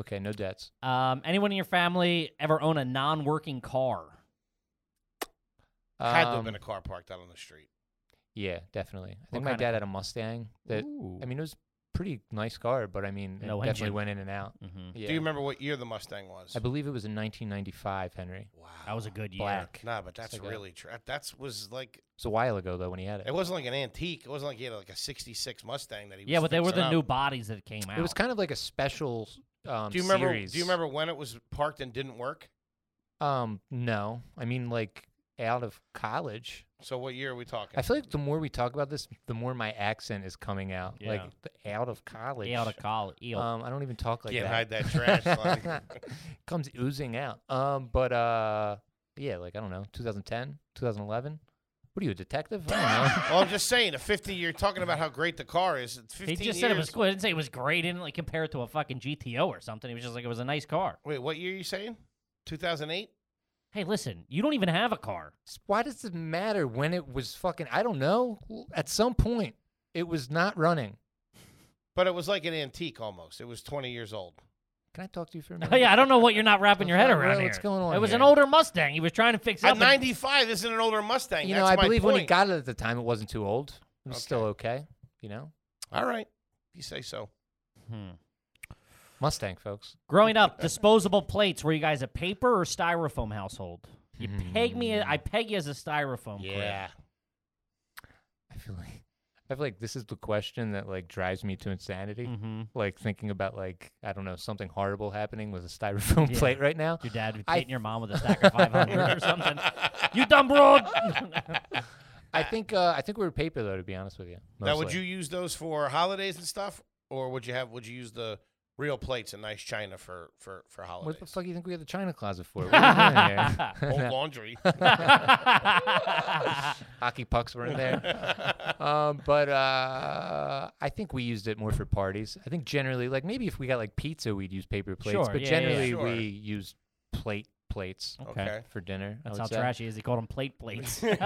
S6: okay, no debts.
S4: um, anyone in your family ever own a non working car?
S3: Had to have
S6: Um,
S3: been a car parked out on the street.
S6: Yeah, definitely. I
S4: What
S6: think my
S4: kinda
S6: dad
S4: car?
S6: had a Mustang that I mean it was pretty nice car, but I mean it
S4: No
S6: definitely
S4: engine.
S6: went in and out.
S4: Mhm.
S6: Yeah.
S3: Do you remember what year the Mustang was?
S6: I believe it was in 1995, Henry.
S3: wow.
S4: That was a good year.
S6: Black.
S3: Nah, but that's
S6: like a-
S3: really true. That was like
S6: It's a while ago though when he had it.
S3: it wasn't like an antique. It wasn't like he had like a '66 Mustang that he. Was
S4: Yeah, but they were
S3: fixing
S4: the
S3: up.
S4: new bodies that came out.
S6: It was kind of like a special um,
S3: Do you remember?
S6: series.
S3: Do you remember when it was parked and didn't work?
S6: Um, no, I mean like out of college.
S3: So what year are we talking?
S6: I feel like the more we talk about this, the more my accent is coming out. Like
S4: Yeah.
S6: the out of college.
S4: out of college. Eel.
S6: Um, I don't even talk like
S3: Can't
S6: that.
S3: hide that trash. Lonnie.
S6: Comes oozing out. Um, but uh, yeah, like I don't know, 2010, 2011. What are you, a detective? I
S3: well, I'm just saying, a 50 year talking about how great the car is. 15
S4: he just
S3: years.
S4: said it was good. Didn't say it was great. Didn't like compare it to a fucking GTO or something. He was just like it was a nice car.
S3: Wait, what year are you saying? 2008.
S4: Hey, listen, you don't even have a car.
S6: don't know. Why does it matter when it was fucking? I don't know. At some point, it was not running.
S3: But it was like an antique almost. It was 20 years old.
S6: Can I talk to you for a minute?
S4: yeah, I don't know what you're not wrapping your head
S6: What's-
S4: around
S6: what's
S4: here.
S6: going on
S4: It was an
S6: here?
S4: older Mustang. He was trying to fix it
S3: At
S4: up. and-
S3: 95, this is an older Mustang.
S6: You know,
S3: That's
S6: I
S3: my
S6: believe when he
S3: point.
S6: got it at the time, it wasn't too old. It was still
S3: Okay.
S6: okay. You know,
S3: All right, you say so.
S4: Hmm.
S6: Mustang, folks.
S4: Growing up, disposable plates. Were you guys a paper or styrofoam household? You
S6: Hmm.
S4: peg me. I peg you as a styrofoam. Chris.
S6: I feel like I feel like this is the question that like drives me to insanity.
S4: Mhm.
S6: Like thinking about like I don't know something horrible happening with a styrofoam
S4: Yeah.
S6: plate right now.
S4: Your dad was
S6: I-
S4: beating your mom with a stack of five hundred or something. You dumb broad.
S6: I think uh, I think we were paper though, to be honest with you.
S3: Now, would
S6: mostly.
S3: you use those for holidays and stuff, or would you have? Would you use the real plates and nice china for for for holidays?
S6: What the fuck do you think we had the china closet for? What are we
S3: Old
S6: doing here?
S3: laundry.
S6: Hockey pucks were in there. um, but uh, I think we used it more for parties. I think generally, like maybe if we got like pizza, we'd use paper plates.
S4: Sure,
S6: but
S4: yeah, yeah, yeah.
S6: generally,
S3: Sure.
S6: we used plate plates
S3: okay.
S6: for dinner. I
S4: That's
S6: would
S4: how
S6: say.
S4: trashy is. He called them plate plates. you know,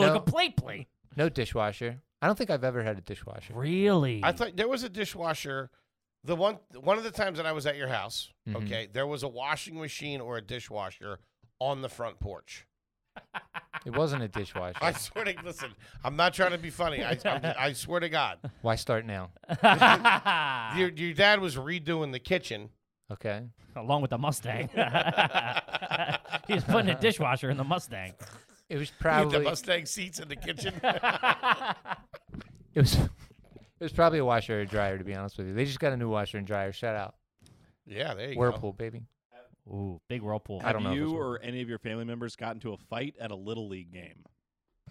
S4: like
S6: No.
S4: a plate plate.
S6: No dishwasher. I don't think I've ever had a dishwasher.
S4: Really?
S3: I thought there was a dishwasher. The one one of the times that I was at your house,
S6: Mhm.
S3: okay, there was a washing machine or a dishwasher on the front porch.
S6: It wasn't a dishwasher.
S3: I swear to listen, I'm not trying to be funny. I I'm, I swear to God,
S6: Why start now?
S3: your your dad was redoing the kitchen.
S6: Okay.
S4: Along with the Mustang. he was putting a dishwasher in the Mustang.
S6: It was
S3: With the
S6: probably
S3: Mustang seats in the kitchen.
S6: it was it was probably a washer or a dryer. To be honest with you, they just got a new washer and dryer. Shout out
S3: yeah, there you
S6: Whirlpool, baby.
S4: Ooh, big whirlpool.
S6: I don't know
S5: Have
S6: if
S5: you
S6: it's
S5: or any of your family members got into a fight at a little league game?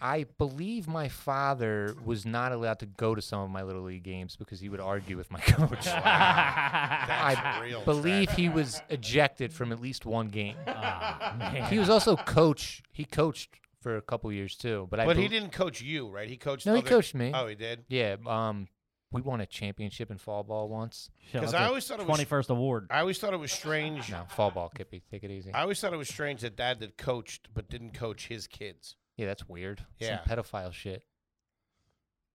S6: I believe my father was not allowed to go to some of my little league games because he would argue with my coach.
S3: That's
S6: I
S3: real.
S6: believe
S3: trash.
S6: he was ejected from at least one game. He was also coach. He coached for a couple years too, but I.
S3: But he
S6: bel-
S3: didn't coach you, right? He coached.
S6: No, he
S3: other-
S6: coached me.
S3: Oh, he did.
S6: Yeah, um, we won a championship in fall ball once.
S3: Because I always thought it was.
S4: twenty first award.
S3: I always thought it was strange.
S6: No, fall ball, Kippy. Take it easy.
S3: I always thought it was strange that dad that coached but didn't coach his kids.
S6: Yeah, that's weird.
S3: Yeah.
S6: Some pedophile shit.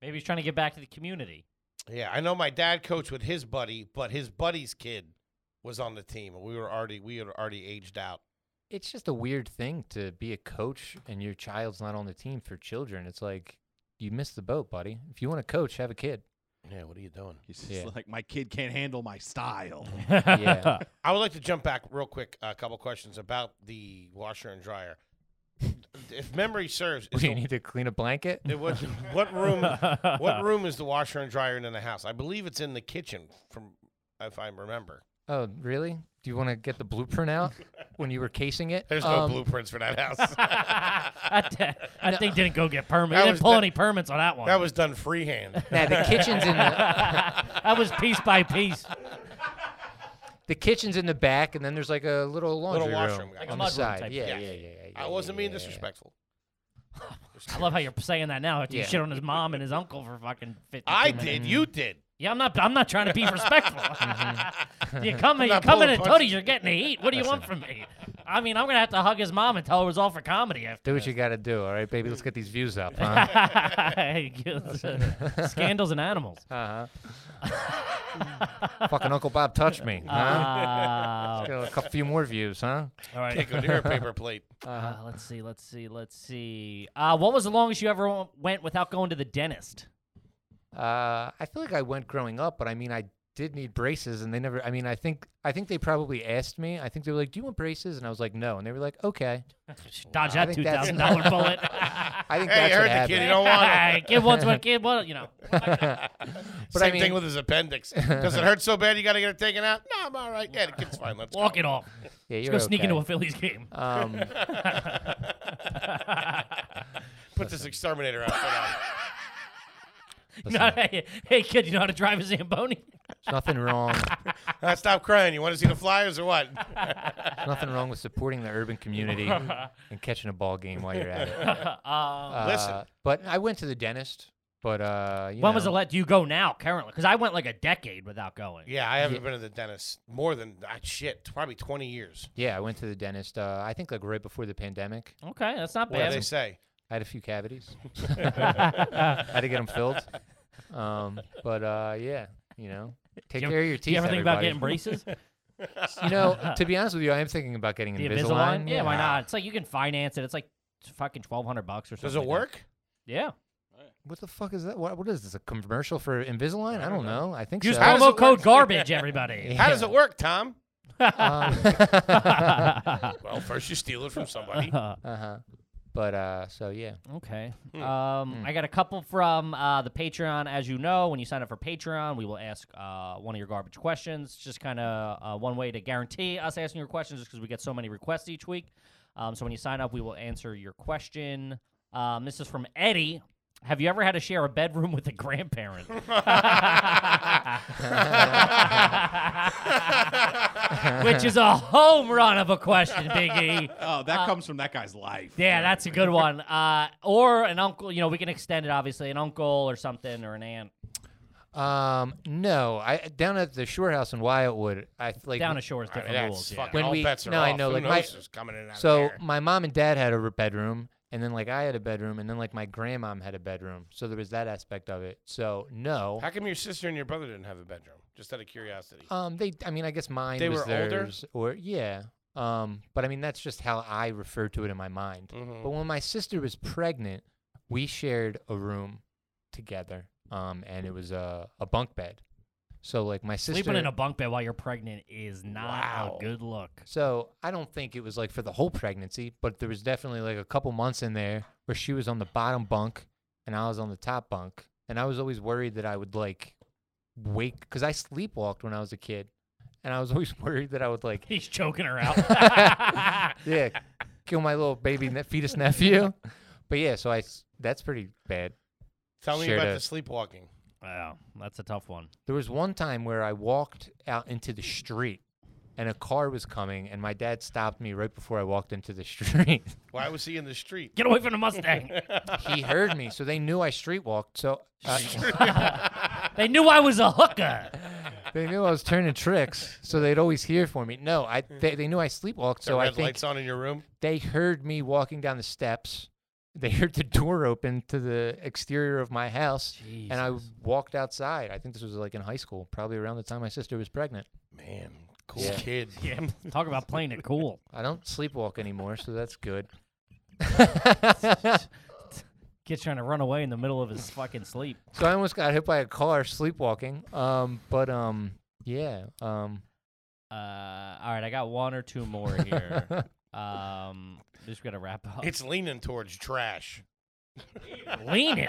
S4: Maybe he's trying to get back to the community.
S3: Yeah, I know my dad coached with his buddy, but his buddy's kid was on the team, and we were already we had already aged out.
S6: It's just a weird thing to be a coach and your child's not on the team for children. It's like you missed the boat, buddy. If you want to coach, have a kid.
S3: Yeah, what are you doing?
S5: He's just
S6: Yeah.
S5: like, my kid can't handle my style.
S6: Yeah.
S3: I would like to jump back real quick. A couple questions about the washer and dryer. if memory serves, is
S6: Do you
S3: the-
S6: need to clean a blanket?
S3: it was- what room? What room is the washer and dryer in in the house? I believe it's in the kitchen, from if I remember.
S6: Oh, really? Do you want to get the blueprint out when you were casing it?
S3: There's no
S6: Um,
S3: blueprints for that house.
S4: that di- that thing didn't go get permits.
S3: That
S4: Didn't
S3: was
S4: pull
S3: the-
S4: any permits on that one.
S3: that was done freehand.
S6: Nah, the kitchen's in the
S4: that was piece by piece.
S6: the kitchen's in the back, and then there's like a little laundry
S3: washroom, like
S6: room
S3: a
S6: on the
S4: mud room
S6: side.
S4: type
S6: yeah, yeah,
S3: thing.
S6: yeah, yeah,
S3: I
S6: yeah,
S3: wasn't being
S6: yeah, yeah.
S3: disrespectful.
S4: I love how you're saying that now after
S6: Yeah.
S4: you shit on his mom and his uncle for fucking 50
S3: I
S4: minutes.
S3: did. You did.
S4: Yeah, I'm not. I'm not trying to be respectful.
S6: Mm-hmm.
S4: you come in, you
S3: not
S4: come in
S3: pulling
S4: and
S3: punches.
S4: Tony, you're getting to eat. What do you want from me? I mean, I'm gonna have to hug his mom and tell her it was all for comedy after.
S6: Do what you got to do, all right, baby. Let's get these views up, huh?
S4: Scandals and animals.
S6: uh-huh. Fucking Uncle Bob touched me,
S4: Uh-huh.
S6: huh?
S4: Ah,
S6: Got a couple few more views, huh?
S4: all right.
S3: Take a near paper plate.
S4: Uh, let's see. Let's see. Let's see. Uh, what was the longest you ever w- went without going to the dentist?
S6: Uh, I feel like I went growing up, but I mean, I did need braces, and they never. I mean, I think I think they probably asked me. I think they were like, "Do you want braces?" And I was like, "No," and they were like, "Okay."
S4: Dodge
S6: I
S4: that two
S6: think that's-
S4: thousand dollar bullet.
S6: I think
S3: Hey,
S6: that's
S3: you
S6: what
S3: heard the
S6: happened.
S3: kid. You don't want it.
S4: Kid wants one. Kid one. You know.
S6: But
S3: Same
S6: I mean,
S3: thing with his appendix. Does it hurt so bad you got to get it taken out? No, I'm all right. Yeah, the kid's fine. Let's
S4: Walk
S3: go.
S4: it off.
S6: yeah,
S4: Let's
S6: you're
S4: go sneak
S6: okay.
S4: into a Phillies game.
S6: Um,
S3: Put this exterminator outfit on.
S4: You know, hey, hey, kid, you know how to drive a Zamboni?
S6: there's nothing wrong.
S3: Ah, stop crying. You want to see the flyers or what?
S6: there's nothing wrong with supporting the urban community and catching a ball game while you're at it.
S4: Um,
S6: Uh,
S3: Listen.
S6: but I went to the dentist. But uh, you
S4: when was the
S6: know,
S4: let you go now, currently? Because I went like a decade without going.
S3: Yeah, I haven't been to the dentist more than ah, shit, probably 20 years.
S6: yeah, I went to the dentist. Uh, I think like right before the pandemic.
S4: Okay, that's not
S3: What do they
S4: bad.
S3: say?
S6: I had a few cavities. I had to get them filled. Um, but uh, yeah, you know, take
S4: You ever-
S6: care of your
S4: Do
S6: teeth.
S4: you ever think about
S6: everybody.
S4: getting braces?
S6: You know, to be honest with you, I am thinking about getting
S4: The
S6: Invisalign.
S4: Invisalign? Yeah, why not? It's like you can finance it. It's like fucking twelve hundred bucks or something.
S3: Does it
S4: like that.
S3: work?
S4: Yeah.
S6: What the fuck is that? What, what is this? A commercial for Invisalign? I don't know. I think
S4: Use
S6: so.
S3: How does it
S4: promo code
S3: work?
S4: garbage, everybody.
S3: How does it work, Tom?
S6: Um,
S3: Well, first you steal it from somebody.
S6: uh-huh. But uh, so yeah,
S4: Okay. Um, I got a couple from uh, the Patreon. As you know, when you sign up for Patreon, we will ask uh, one of your garbage questions. Just kind of uh, one way to guarantee us asking your questions, just because we get so many requests each week. Um, so when you sign up, we will answer your question. Um, this is from Eddie. Have you ever had to share a bedroom with a grandparent? Which is a home run of a question, Biggie.
S5: oh, that comes from that guy's life.
S4: Yeah, that's a good one. Uh, or an uncle. You know, we can extend it. Obviously, an uncle or something, or an aunt
S6: um, no, I down at the Shore House in Wildwood, I like
S4: down the shore is
S3: I mean,
S4: different rules.
S3: that's
S4: yeah.
S3: fucking
S6: When
S3: all
S6: we-
S3: bets are
S6: no,
S3: off.
S6: I know,
S3: Who
S6: like,
S3: knows
S6: my-
S3: who's coming in and out of
S6: So
S3: there?
S6: my mom and dad had a r- bedroom, and then like I had a bedroom, and then like my grandmom had a bedroom. So there was that aspect of it. So no,
S3: How come your sister and your brother didn't have a bedroom? Just out of curiosity.
S6: um, they. I mean, I guess mine.
S3: They
S6: was
S3: were older?
S6: theirs, or yeah. Um, but I mean, that's just how I refer to it in my mind.
S3: Mhm.
S6: But when my sister was pregnant, we shared a room together, um, and
S3: Mm.
S6: it was a a bunk bed. So like my sister.
S4: Sleeping in a bunk bed while you're pregnant is not
S3: Wow.
S4: a good look.
S6: so I don't think it was like for the whole pregnancy, but there was definitely like a couple months in there where she was on the bottom bunk and I was on the top bunk, and I was always worried that I would like wake because I sleepwalked when I was a kid, and I was always worried that I would like
S4: He's choking her out.
S6: yeah kill my little baby ne- fetus nephew. But yeah, so I s- That's pretty bad.
S3: Tell me
S6: Sure
S3: about
S6: does.
S3: the sleepwalking.
S4: Yeah, that's a tough one.
S6: There was one time where I walked out into the street and a car was coming and my dad stopped me right before I walked into the street.
S3: Why was he in the street?
S4: Get away from the Mustang.
S6: he heard me, so they knew I street walked. So uh,
S4: they knew I was a hooker.
S6: they knew I was turning tricks, so they'd always hear for me. No, I they, they knew I sleepwalked,
S3: So
S6: so
S3: Hmm. red
S6: I think
S3: lights on in your room.
S6: they heard me walking down the steps. They heard the door open to the exterior of my house, and I walked outside. I think this was like in high school, probably around the time my sister was pregnant.
S3: Man, cool
S6: Yeah.
S3: kid.
S4: Yeah, talk about playing it cool.
S6: I don't sleepwalk anymore, so that's good.
S4: Kid's trying to run away in the middle of his fucking sleep.
S6: So I almost got hit by a car sleepwalking. Um, but um, yeah. Um,
S4: Uh, all right, I got one or two more here. um, just gotta wrap up.
S3: It's leaning towards trash.
S4: leaning.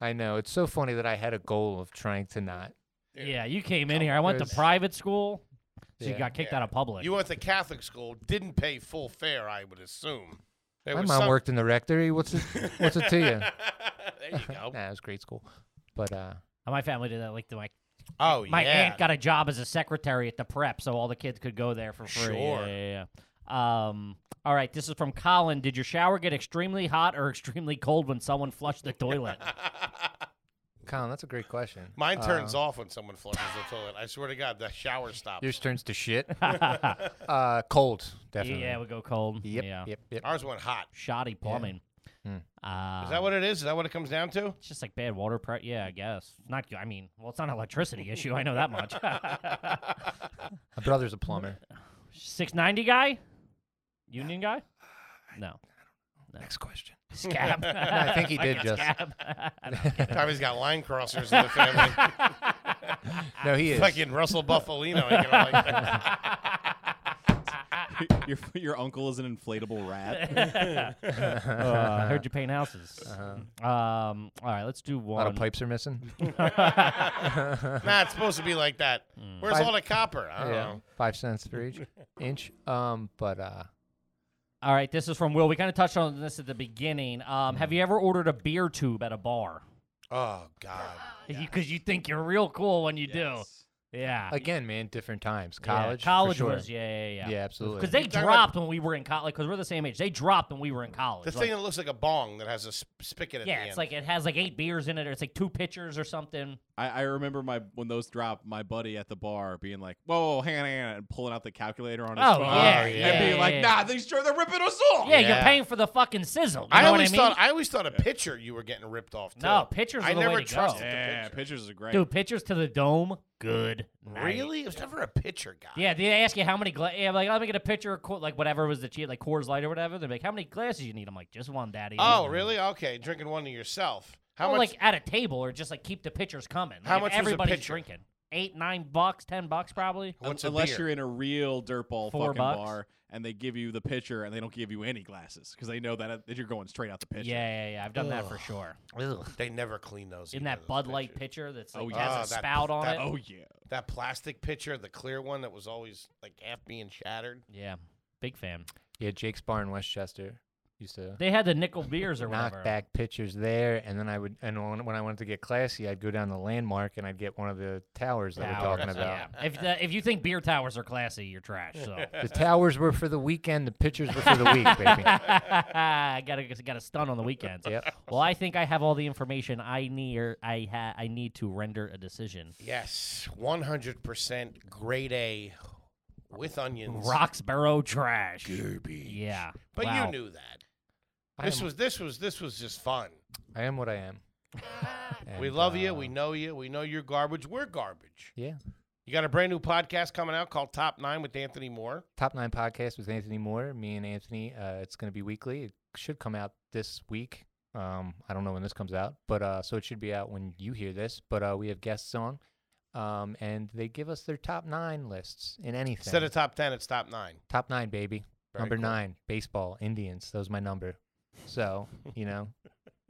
S6: I know it's so funny that I had a goal of trying to not.
S4: Yeah, you came in here. I went to
S6: There's-
S4: private school, so
S6: Yeah.
S4: you got kicked
S3: Yeah.
S4: out of public.
S3: You went to Catholic school, didn't pay full fare, I would assume. There
S6: My
S3: was
S6: mom
S3: some-
S6: worked in the rectory. What's it? What's it to you?
S3: there you go.
S6: Nah, it was grade school. But uh,
S4: my family did that. Like my
S3: Oh
S4: my
S3: yeah.
S4: aunt got a job as a secretary at the prep, so all the kids could go there for free. Yeah,
S3: Sure.
S4: yeah, yeah. Um, all right, this is from Colin. Did your shower get extremely hot or extremely cold when someone flushed the toilet?
S6: Colin, that's a great question. Um,
S3: Mine turns
S4: uh,
S3: off when someone flushes the toilet. I swear to God, the shower stops.
S6: Yours turns to shit. uh, cold, definitely.
S4: yeah, we go cold.
S6: Yep.
S4: Yeah.
S6: Yep. Yep.
S3: Ours went hot.
S4: Shoddy plumbing. Uh,
S3: Is that what it is? Is that what it comes down to?
S4: It's just like bad water pressure. Yeah, I guess. Not. I mean, well, it's not an electricity issue. I know that much.
S6: My brother's a plumber.
S4: Six ninety guy, Union guy. No,
S6: Next question.
S4: scab.
S6: I think he did just.
S3: Tommy's got line crossers in the family.
S6: No, he is.
S3: Fucking Russell Buffalino. ain't gonna like that.
S5: your your uncle is an inflatable rat.
S4: Uh, I heard you paint houses. Um. All right, let's do
S6: A
S4: one.
S6: Uh-huh. lot of pipes are missing.
S3: Nah, it's supposed to be like that.
S4: Mm.
S3: Where's all the copper? I don't know.
S6: Five cents for each inch. Um, but uh,
S4: All right, this is from Will. We kind of touched on this at the beginning. Um,
S6: Mm.
S4: have you ever ordered a beer tube at a bar?
S3: Oh God.
S4: Because you think you're real cool when you do. Yeah.
S6: again, man, different times.
S4: Yeah,
S6: College. for
S4: college
S6: sure.
S4: was, yeah, yeah, yeah.
S6: Yeah, absolutely.
S4: Because they
S3: talking about-
S4: dropped when we were in college. Because we're the same age. They dropped when we were in college.
S3: The
S4: like-
S3: thing that looks like a bong that has a sp- spigot at the
S4: yeah,
S3: end.
S4: it's like it has like eight beers in it, or it's like two pitchers or something.
S5: I, I remember my when those dropped, my buddy at the bar being like, "Whoa, hang on, hang on," and pulling out the calculator on his
S4: Oh,
S5: phone
S4: yeah,
S5: and
S4: yeah,
S5: being
S4: yeah,
S5: like,
S4: yeah.
S5: "Nah, they sure they're ripping us off."
S4: Yeah,
S3: Yeah.
S4: you're paying for the fucking sizzle. You
S3: I
S4: know
S3: always
S4: what I mean?
S3: thought I always thought a pitcher you were getting ripped off. Too.
S4: No, pitchers
S3: I
S4: are the
S3: never
S4: way to go.
S3: trusted
S5: Yeah,
S3: the pitcher.
S5: pictures are great.
S4: dude, pitchers to the dome, good. night.
S3: Really, it was never a pitcher guy.
S4: Yeah, they ask you how many glasses. Yeah, like let me get a pitcher, of Coor- like whatever was the cheat, like Coors Light or whatever. They're like, how many glasses you need? I'm like, just one, daddy.
S5: Mm-hmm.
S3: Oh, really? Okay, drinking one to yourself. How
S4: Well,
S3: much?
S4: like at a table, or just like keep the pitchers coming. Like,
S3: How
S4: if
S3: much was a
S4: everybody's
S3: pitcher?
S4: drinking? Eight, nine bucks, ten bucks probably.
S5: Un-
S3: what's a
S5: Unless
S3: beer?
S5: you're in a real dirtball
S4: Four
S5: fucking
S4: bucks?
S5: bar and they give you the pitcher and they don't give you any glasses because they know that, that you're going straight out the pitcher.
S4: Yeah, yeah, yeah. I've done that for sure.
S3: they never clean those.
S4: In
S3: either,
S4: that
S3: those
S4: Bud Light pitcher
S3: pitchers.
S4: that's
S5: Oh,
S4: like
S5: yeah.
S4: has
S3: Ah,
S4: a
S3: that-
S4: spout on
S3: that-
S4: it.
S5: Oh yeah.
S3: that plastic pitcher, the clear one that was always like half being shattered.
S4: Yeah, big fan.
S6: yeah, Jake's bar in Westchester used to
S4: They had the nickel beers or whatever.
S6: knock back pitchers there, and then I would, and when, when I wanted to get classy, I'd go down the landmark and I'd get one of the towers that we're talking
S4: Towers,
S6: about.
S4: yeah. If the, if you think beer towers are classy, you're trash. So
S6: The towers were for the weekend. The pitchers were for the week, baby.
S4: I gotta got a stun on the weekends.
S6: Yep.
S4: Well, I think I have all the information I need. I ha- I need to render a decision.
S3: Yes, one hundred percent grade A with onions.
S4: Roxborough trash. Yeah.
S3: But
S4: Wow.
S3: you knew that.
S6: I
S3: This
S6: am-
S3: was this was this was just fun.
S6: I am what I am.
S3: we
S6: And,
S3: love you.
S6: uh,
S3: We know you. We know you're garbage. We're garbage.
S6: Yeah.
S3: You got a brand new podcast coming out called Top Nine with Anthony Moore.
S6: Top Nine Podcast with Anthony Moore. Me and Anthony. Uh, it's going to be weekly. It should come out this week. Um, I don't know when this comes out, but uh, so it should be out when you hear this. But uh, we have guests on, um, and they give us their top nine lists in anything.
S3: Instead of top ten, it's top nine.
S6: top nine, baby.
S3: Very
S6: number
S3: cool.
S6: nine, baseball, Indians. That was my number. So you know,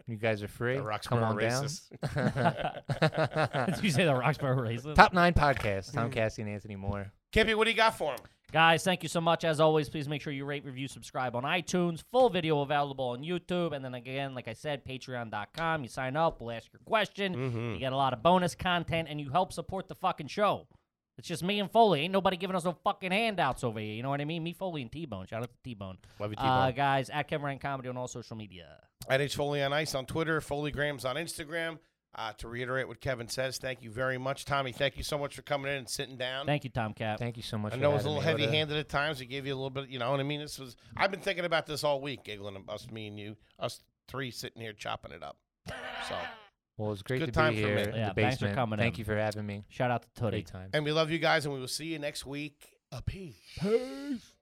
S6: you guys are free.
S3: The
S6: come
S3: Roxborough
S6: on
S3: racists.
S6: down.
S4: Did you say the Roxborough racism?
S3: Hmm.
S6: top nine podcast. Tom Cassie and Anthony Moore.
S3: Kippy, what do you got for him?
S4: Guys, thank you so much. As always, please make sure you rate, review, subscribe on iTunes. Full video available on YouTube. And then again, like I said, patreon.com. You sign up, we'll ask your question.
S3: Mm.
S4: You get a lot of bonus content, and you help support the fucking show. It's just me and Foley. Ain't nobody giving us no fucking handouts over here. You know what I mean? Me, Foley, and T Bone. Shout out to T Bone.
S3: Love you,
S4: Uh,
S3: T-Bone.
S4: guys, at Kevin Ryan Comedy on all social media.
S3: At H Foley on Ice on Twitter, Foleygrams on Instagram. Uh, to reiterate what Kevin says, thank you very much, Tommy. Thank you so much for coming in and sitting down.
S4: Thank you, Tom Cap.
S6: Thank you so much.
S3: I
S6: for
S3: know it was a
S6: having
S3: little
S6: me. What
S3: heavy-handed at times. It gave you a little bit, you know what I mean. This was I've been thinking about this all week, giggling us, me and you, us three sitting here chopping it up. So,
S6: Well, it was great
S3: good
S6: to
S3: time
S6: be
S3: for
S6: here.
S3: me.
S6: in the
S4: Yeah, thanks for
S6: basement.
S4: coming
S6: Thank
S4: in.
S6: you for having me.
S4: Shout out to Tootie.
S6: Great time.
S3: and we love you guys, and we will see you next week. A peace.
S4: Peace.